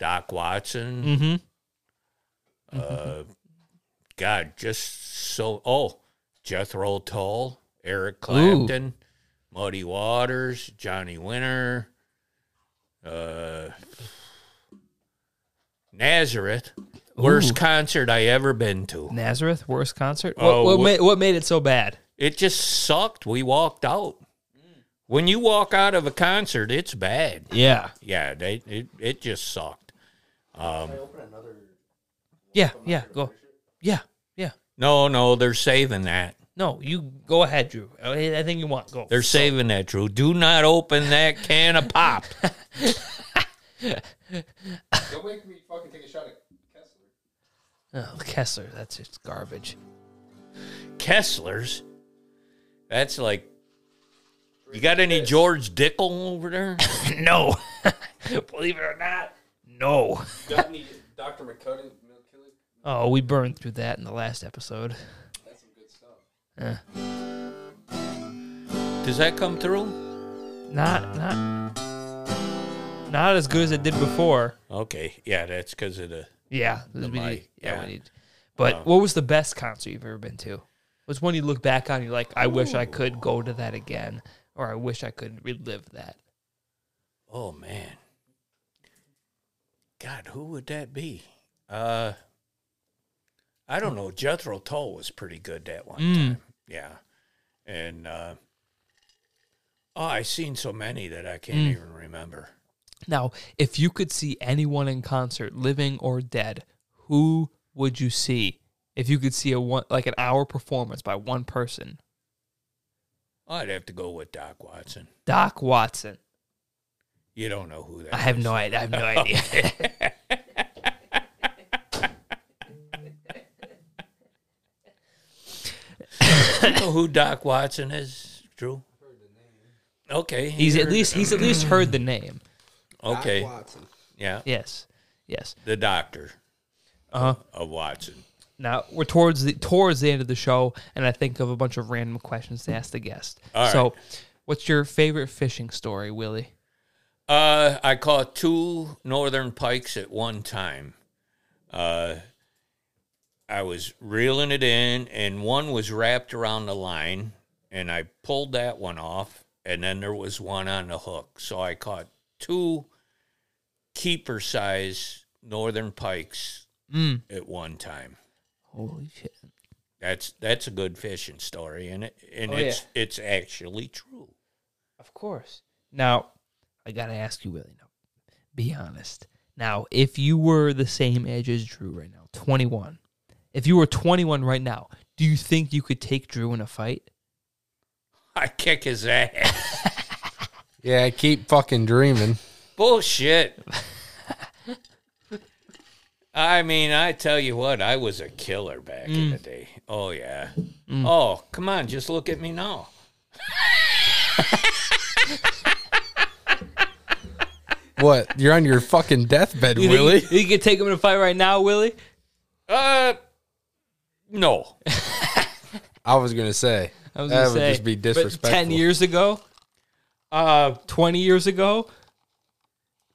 Doc Watson. Uh, God, just so. Oh, Jethro Tull, Eric Clapton. Muddy Waters, Johnny Winter, uh, Nazareth. Worst concert I ever been to. Nazareth, worst concert. What, Oh, what, wh- made, what made it so bad? It just sucked. We walked out. When you walk out of a concert, it's bad. Yeah. Yeah, they, it it just sucked. Yeah, yeah. Go. Yeah, yeah. No, no, they're saving that. No, you go ahead, Drew. I I think you want. Go. They're saving that, Drew. Do not open that can of pop. Don't make me fucking take a shot at Kessler. Oh, Kessler, that's just garbage. Kessler's. That's like. You got any George Dickel over there? no. Believe it or not, no. Definitely Dr. McCudden, McKillick. Oh, we burned through that in the last episode. That's some good stuff. Does that come through? Not, not, not as good as it did before. Okay, yeah, that's because of the. Yeah, we need- mic, yeah, yeah. we need. But what was the best concert you've ever been to? What's one you look back on? And you're like, I wish I could go to that again, or I wish I could relive that. Oh man, God, who would that be? Uh, I don't know. Jethro Tull was pretty good that one Hmm. time. Yeah, and uh, oh, I seen so many that I can't Hmm. even remember. Now, if you could see anyone in concert, living or dead, who would you see? If you could see a one like an hour performance by one person, I'd have to go with Doc Watson. Doc Watson. You don't know who that. I have no idea. I have no idea. you know who Doc Watson is, Drew. Okay, he's you at heard least it. he's at least heard the name. okay. Watson. Yeah, Yes, yes. the doctor Uh huh. of Watson. Now we're towards the towards the end of the show, and I think of a bunch of random questions to ask the guest. All right. So, what's your favorite fishing story, Willie? Uh, I caught two northern pikes at one time. Uh, I was reeling it in, and one was wrapped around the line, and I pulled that one off, and then there was one on the hook. So I caught two keeper size northern pikes Mm. at one time. Holy shit! That's that's a good fishing story, and it, and Oh, it's it's actually true. Of course. Now, I gotta ask you, Willie. Now, be honest. Now, if you were the same age as Drew right now, twenty one. If you were twenty one right now, do you think you could take Drew in a fight? I kick his ass. Yeah, I keep fucking dreaming. Bullshit. I mean, I tell you what, I was a killer back in the day. Oh yeah. Oh, come on, just look at me now. What? You're on your fucking deathbed, You think- Willie. you could take him to fight right now, Willie. Uh, no. I was gonna say. I was that gonna would say, just be but disrespectful. Ten years ago, Uh, twenty years ago,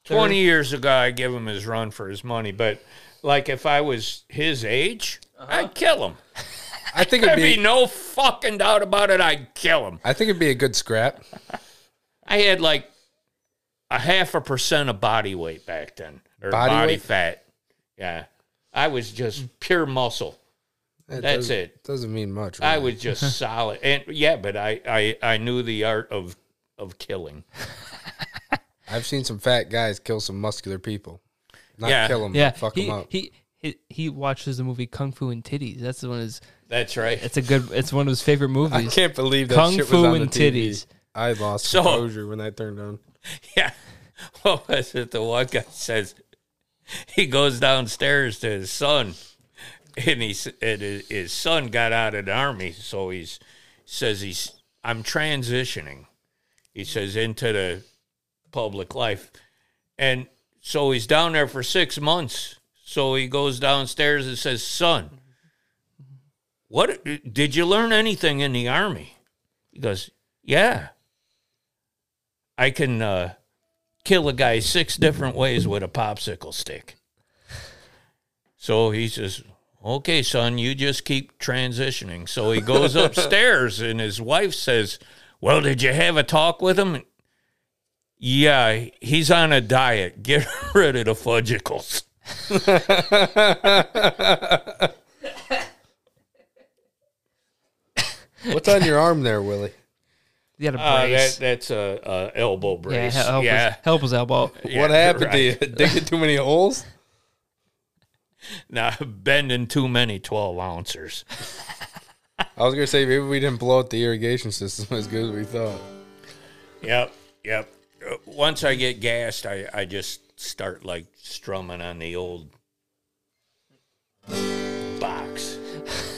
20 years ago, I give him his run for his money. But like if I was his age, I'd kill him. I think it'd There'd be be. no fucking doubt about it. I'd kill him. I think it'd be a good scrap. I had like a half a percent of body weight back then, or Body body, weight? fat. Yeah, I was just pure muscle. That That's doesn't- it. Doesn't mean much. I really. was just solid, and yeah, but I, I I knew the art of of killing. I've seen some fat guys kill some muscular people. Not Yeah. kill them, yeah, fuck he, them up. he he he watches the movie Kung Fu and Titties. That's one of his. That's right. It's a good. It's one of his favorite I movies. can't believe that Kung shit Fu was on and the TV. titties. I lost So- composure when that turned on. Yeah. What was it? The one guy says he goes downstairs to his son, and he s- and his his son got out of the army, so he's says he's I'm transitioning. He says into the public life, and so he's down there for six months. So he goes downstairs and says, "Son, what did you learn anything in the army?" He goes, "Yeah, I can." Uh, kill a guy six different ways with a popsicle stick. So he says, Okay, son, you just keep transitioning. So he goes upstairs and his wife says, Well, did you have a talk with him? Yeah, he's on a diet. Get rid of the fudgicles. What's on your arm there, Willie? He had a Uh, that, brace. that's a, a elbow yeah, brace. he- help, yeah. His, help his elbow. Yeah, what happened right. to you? Digging too many holes? Nah, bending too many 12 ouncers. I was gonna say maybe we didn't blow up the irrigation system as good as we thought. Yep, yep. Uh, Once I get gassed, I, I just start like strumming on the old box,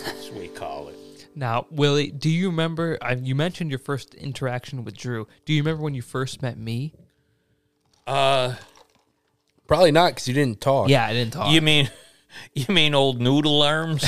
as we call it. Now, Willie, do you remember? I, you mentioned your first interaction with Drew. Do you remember when you first met me? Uh, Probably not because you didn't talk. Yeah, I didn't talk. you mean you mean old noodle arms?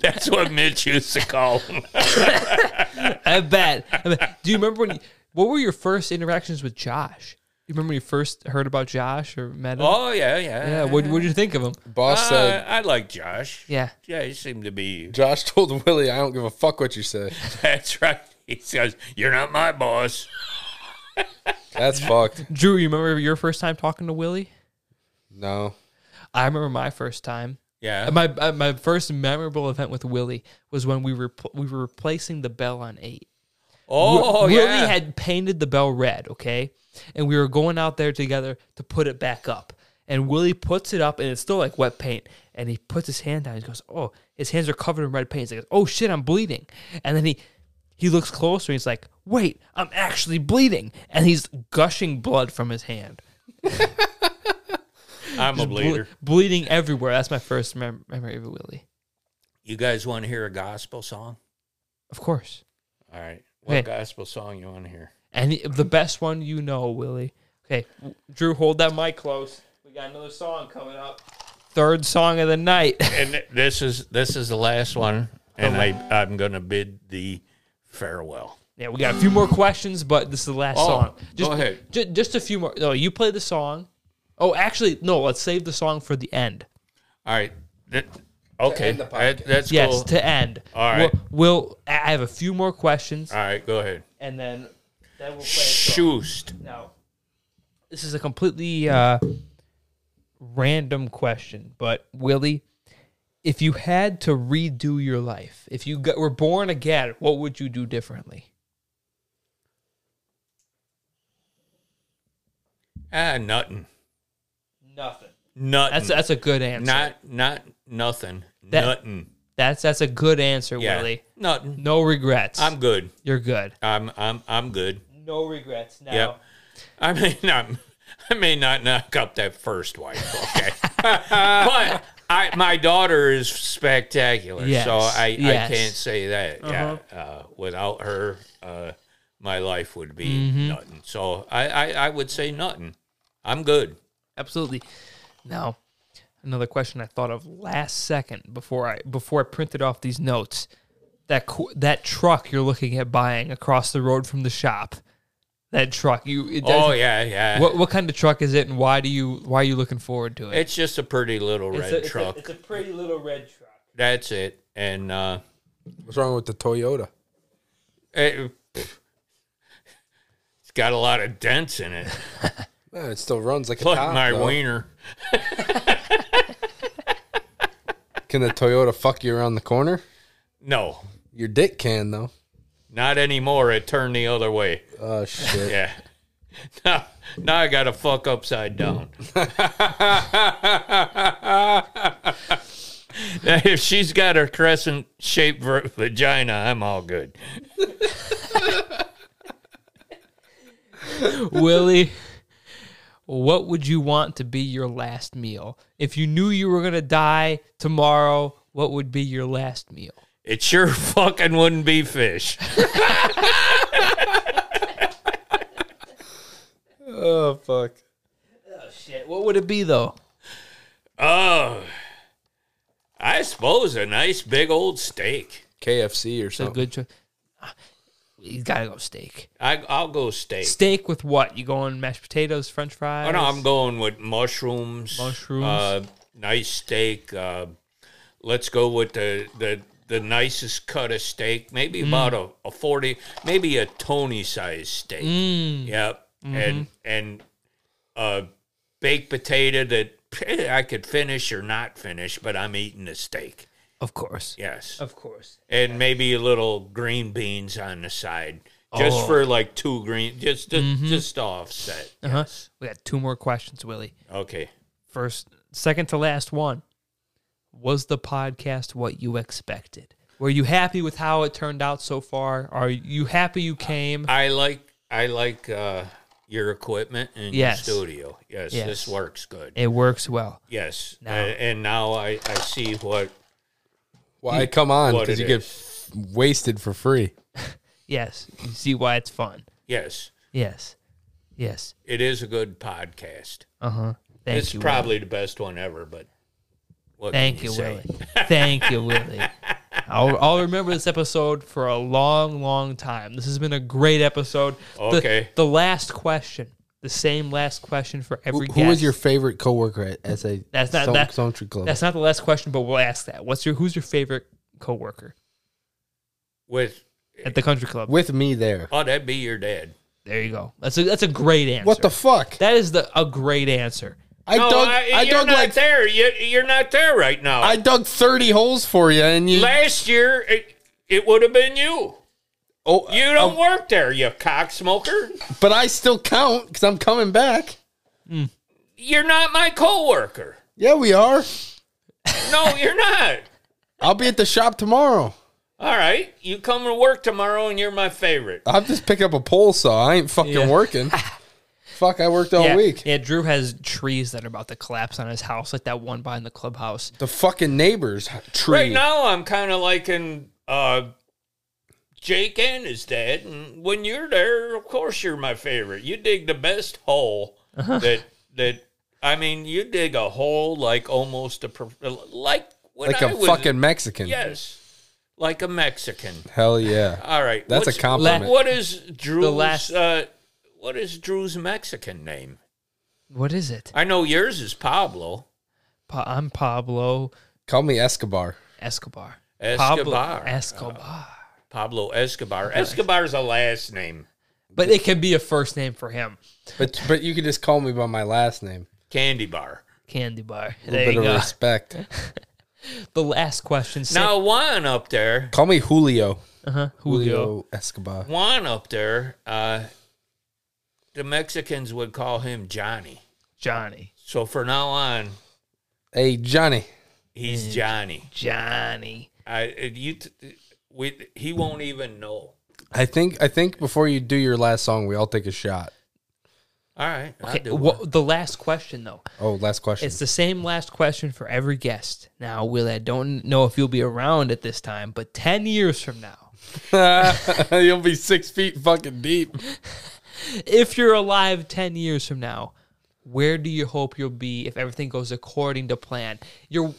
That's what Mitch used to call them. I bet. I bet. Do you remember when? You, what were your first interactions with Josh? You remember when you first heard about Josh or met him? Oh yeah, yeah. yeah. What What did you think of him? Boss Uh, said. I like Josh. Yeah. Yeah, he seemed to be. Josh told Willie, "I don't give a fuck what you say." That's right. He says, "You're not my boss." That's fucked. Drew, you remember your first time talking to Willie? No. I remember my first time. Yeah. Uh, My uh, my first memorable event with Willie was when we were we were replacing the bell on eight. Oh Willie yeah. had painted the bell red, okay, and we were going out there together to put it back up. And Willie puts it up, and it's still like wet paint. And he puts his hand down. He goes, "Oh, his hands are covered in red paint." He's like, "Oh shit, I'm bleeding." And then he he looks closer. and He's like, "Wait, I'm actually bleeding," and he's gushing blood from his hand. I'm a bleeder. Ble- bleeding everywhere. That's my first mem- memory of Willie. You guys want to hear a gospel song? Of course. All right. What Okay. gospel song you want to hear? And the- the best one you know, Willie. Okay, Drew, hold that mic close. We got another song coming up. Third song of the night. And th- this is this is the last one, and I I'm gonna bid the farewell. yeah, we got a few more questions, but this is the last Oh, song. go Just, ahead. ju- just a few more. No, you play the song. Oh, actually, no. Let's save the song for the end. All right. Th- okay. end the That- that's Yes, cool. to end. All right. We'll, we'll. I have a few more questions, All right. Go ahead. and then then we'll play. a song. Shoost. Now, this is a completely uh, random question, but Willie, if you had to redo your life, if you got, were born again, what would you do differently? Ah, nothing. Nothing. Nothing. That's that's a good answer. not not nothing. That- nothing. that's that's a good answer, Yeah. Willie. Nothing. No regrets. I'm good. You're good. I'm I'm I'm good. No regrets. Now, Yep. I may not, I may not knock up that first wife, okay? but I, my daughter is spectacular, Yes, so I, yes. I can't say that. Yeah, uh, without her, uh, my life would be nothing. So I, I, I would say nothing. I'm good. Absolutely. Now, another question I thought of last second before I before I printed off these notes. That qu- that truck you're looking at buying across the road from the shop. That truck you. It Oh doesn't- yeah, yeah. What what kind of truck is it, and why do you why are you looking forward to it? it's just a pretty little red truck. pretty little red truck. That's it. And uh, What's wrong with the Toyota? it, it's got a lot of dents in it. Man, it still runs like a Look, top, my though. wiener. Can the Toyota fuck you around the corner? No, Your dick can though. not anymore. It turned the other way. Oh shit! Yeah. Now, now I got to fuck upside down. Now, if she's got her crescent shaped ver- vagina, I'm all good. Willie, what would you want to be your last meal? If you knew you were gonna die tomorrow, what would be your last meal? It sure fucking wouldn't be fish. Oh fuck! Shit, what would it be though? Oh, I suppose a nice big old steak. KFC or Oh. It's a something. good choice. Ah, You gotta go steak. I, I'll go steak. Steak with what? You going mashed potatoes, French fries? Oh, no, I'm going with mushrooms. Mushrooms. Uh, nice steak. Uh, let's go with the, the the nicest cut of steak. Maybe Mm. about a, a forty, maybe a Tony size steak. Mm. Yep. Mm-hmm. And and a baked potato that I could finish or not finish, but I'm eating the steak. Of course. Yes. Of course. And maybe a little green beans on the side. Just Oh. Mm-hmm. for like two green, just just, just to offset. Uh-huh. Yes. We got two more questions, Willie. Okay. first second to last one was the podcast what you expected were you happy with how it turned out so far are you happy you came I like I like uh, your equipment and Yes. your studio. Yes, Yes. this works good. it works well Yes, A- and now I, I see what Why come on? What Because it you get f- wasted for free. yes you see why it's fun yes yes yes it is a good podcast. uh-huh thank it's you Willie. probably the best one ever. But what can thank you say? willie thank you willie I'll, I'll remember this episode for a long long time this has been a great episode The- Okay. the, last question the same last question for every Who was guest. your favorite coworker at SA? That's not Song- that- Songtree Club. That's not the last question, but we'll ask that. What's your who's your favorite coworker With at the country club? with me there. oh, that'd be your dad. There you go. That's a that's a great answer. What the fuck? that is the a great answer. I no, dug. I, I, you're dug not like there. You, you're not there right now. I dug thirty holes for you, and you. Last year it, it would have been you. oh, You don't work there, you cocksmoker. but I still count because I'm coming back. You're not my coworker. Yeah, we are. No, you're not. I'll be at the shop tomorrow. All right, you come to work tomorrow, and you're my favorite. I'll just pick up a pole saw. I ain't fucking Yeah. working. Fuck, I worked all yeah, week. yeah. Drew has trees that are about to collapse on his house, like that one behind the clubhouse. The fucking neighbor's tree. Right now, I'm kind of liking uh, Jake and his dad. And when you're there, of course, you're my favorite. You dig the best hole Uh-huh. that that I mean, you dig a hole like almost a pro- like when like I a was, fucking Mexican. yes, like a Mexican. Hell yeah. All right, That's a what's- compliment. What is Drew's? last- uh, what is Drew's Mexican name? What is it? I know yours is Pablo. Pa- I'm Pablo Call me Escobar. Escobar. Pablo Escobar. Escobar. Pablo Escobar. Escobar's a last name. But it can be a first name for him. But but you can just call me by my last name. Candy bar. Candy bar. A There bit you of go. respect. The last question. Now, Now Juan up there, Call me Julio. uh-huh, Julio. Julio Escobar. Juan up there, uh, the Mexicans would call him Johnny. Johnny, So for now on, Hey Johnny. he's Johnny. Johnny. I it- you t- we he won't even know. I think I think before you do your last song, we all take a shot. All right, I'll Okay, do it. wha- the last question though. Oh, last question. It's the same last question for every guest. Now, Willie, I don't know if you'll be around at this time, but 10 years from now, You'll be six feet fucking deep. If you're alive 10 years from now, where do you hope you'll be if everything goes according to plan? You're,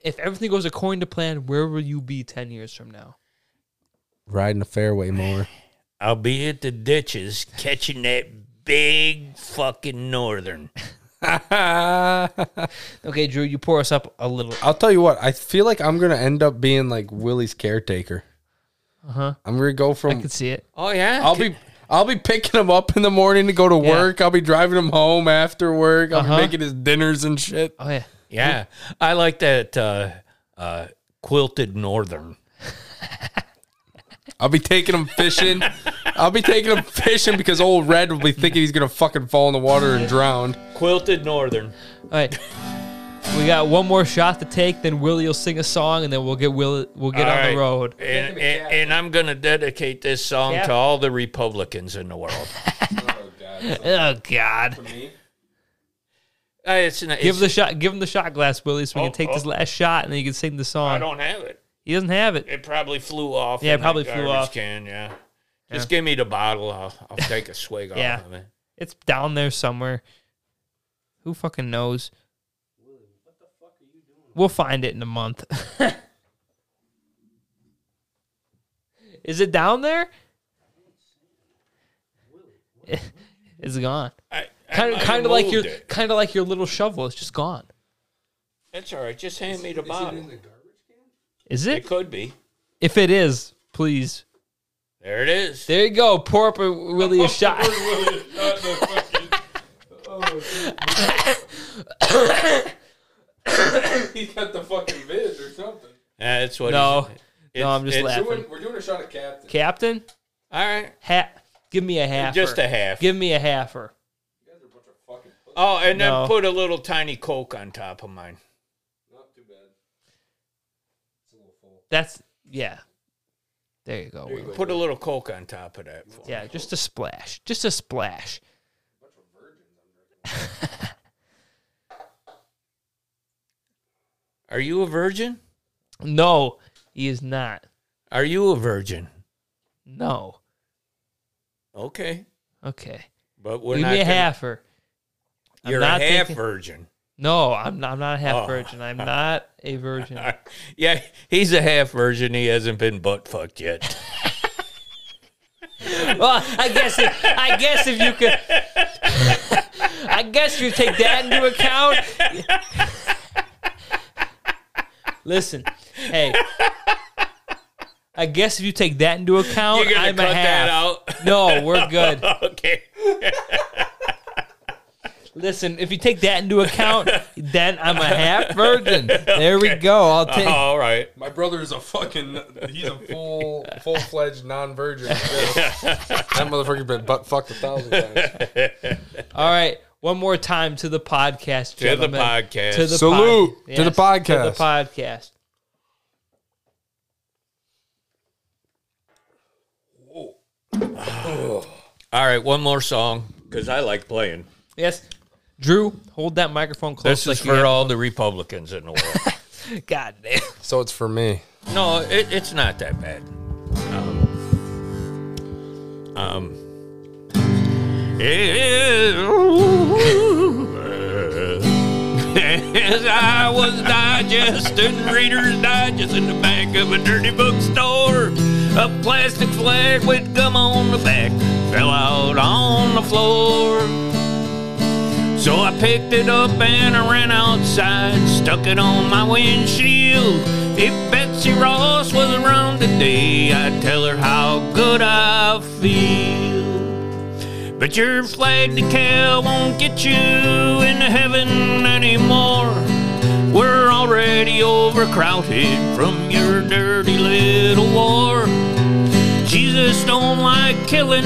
if everything goes according to plan, where will you be 10 years from now? Riding the fairway more. I'll be at the ditches catching that big fucking northern. Okay, Drew, you pour us up a little. I'll tell you what. I feel like I'm gonna end up being like Willie's caretaker. Uh huh. I'm gonna go Uh-huh. I from. can see it. Oh yeah, I'll be. I'll be picking him up in the morning to go to work. I'll be driving him home after work. I'll Uh-huh. be making his dinners and shit. Oh, yeah. yeah. I like that uh, uh, quilted northern. I'll be taking him fishing. I'll be taking him fishing because old Red will be thinking he's gonna fucking fall in the water and drown. Quilted northern. All right. We got one more shot to take, then Willie will sing a song, and then we'll get Will we'll get on All right. the road. And, and, and I'm going to dedicate this song Cap. to all the Republicans in the world. Oh God! Uh, it's, n- Give it's- the shot. Give him the shot glass, Willie, so we Oh, can take this oh. last shot, and then you can sing the I song. don't have it. He doesn't have it. It probably flew off. Yeah, it in the probably flew garbage off. Can yeah. Just give me the bottle. I'll, I'll take a swig Yeah. off of it. It's down there somewhere. Who fucking knows? We'll find it in a month. Is it down there? It's gone. I, I Kind might of, have kind of like your, moved it. kind of like your little shovel. It's just gone. That's all right. Just hand me the bottle. Is It it? could be. If it is, please. There it is. There you go. Pour up a Willie a shot. He's got the fucking vids or something. That's what. No, he's- no, I'm just it's- laughing. we're doing a shot at Captain. Captain, All right. hat. Give me a half. Just a half. Give me a halfer. Oh, and then No. put a little tiny Coke on top of mine. Not too bad. That's yeah. There you go. Willie. Put a little Coke on top of that. Yeah, just a splash. Just a splash. Are you a virgin? No, he is not. Are you a virgin? No. Okay. Okay. But we're Give not me a gonna- halfer. I'm You're not a half taking- virgin. No, I'm not, I'm not a half Oh. virgin. I'm not a virgin. Yeah, he's a half virgin. He hasn't been butt fucked yet. Well, I guess if, I guess if you could, I guess you take that into account. Listen, hey, I guess if you take that into account, You're gonna I'm a cut half. that out. No, we're good. okay. Listen, if you take that into account, then I'm a half virgin. There we go. I'll take. All right. My brother is a fucking. He's a full, full fledged non virgin. that motherfucker been butt fucked a thousand times. All right, one more time to the podcast, To the gentlemen. podcast. To the Salute pod- to the To podcast. the podcast. All right, one more song because I like playing. Yes. Drew, hold that microphone close. This like is you for have- all the Republicans in the world. God damn. So it's for me. no, it, it's not that bad. Um, um, as I was digesting Reader's Digest in the back of a dirty bookstore, a plastic flag with gum on the back fell out on the floor. So I picked it up and I ran outside, stuck it on my windshield. If Betsy Ross was around today, I'd tell her how good I feel. But your flag decal won't get you into heaven anymore. We're already overcrowded from your dirty little war. Jesus don't like killing,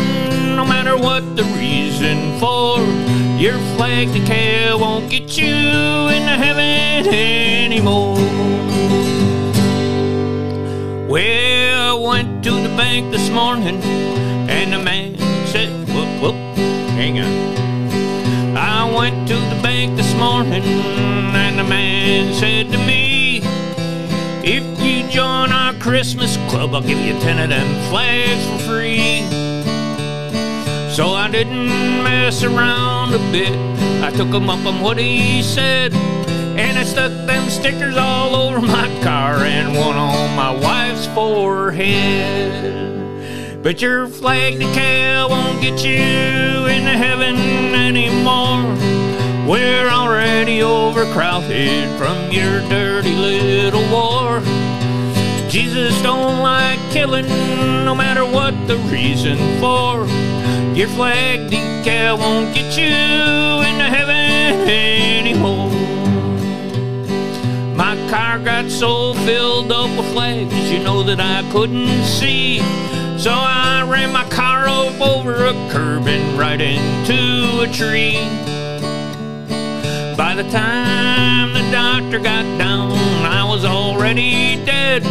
no matter what the reason for. Your flag decal won't get you into heaven anymore. Well, I went to the bank this morning, and the man said, whoop, whoop, hang on. I went to the bank this morning, and the man said to me, if you join our Christmas club, I'll give you ten of them flags for free. So I didn't mess around a bit. I took him up on what he said. And I stuck them stickers all over my car and one on my wife's forehead. But your flag decal won't get you into heaven anymore. We're already overcrowded from your dirty little war. Jesus don't like killing, no matter what the reason for. Your flag decal won't get you into heaven anymore. My car got so filled up with flags, you know that I couldn't see. So I ran my car up over a curb and right into a tree. By the time the doctor got down, I was already dead.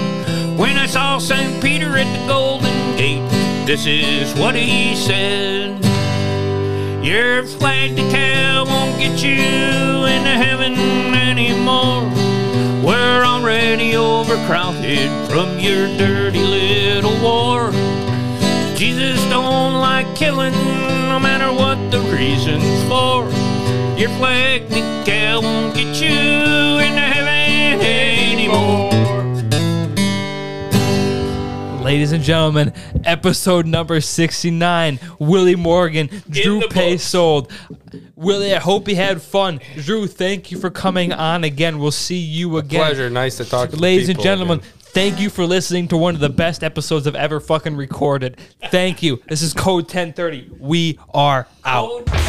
When I saw St. Peter at the Golden Gate, this is what he said Your flag decal won't get you into heaven anymore. We're already overcrowded from your dirty little war. Jesus don't like killing, no matter what the reason's for. Your flag decal won't get you into heaven anymore. Ladies and gentlemen, episode number 69. Willie Morgan, Drew the books. Paysold. Willie, I hope you had fun. Drew, thank you for coming on again. We'll see you again. Pleasure. Nice to talk to the Ladies and people gentlemen, again. thank you for listening to one of the best episodes I've ever fucking recorded. Thank you. This is Code 1030. We are out. Out.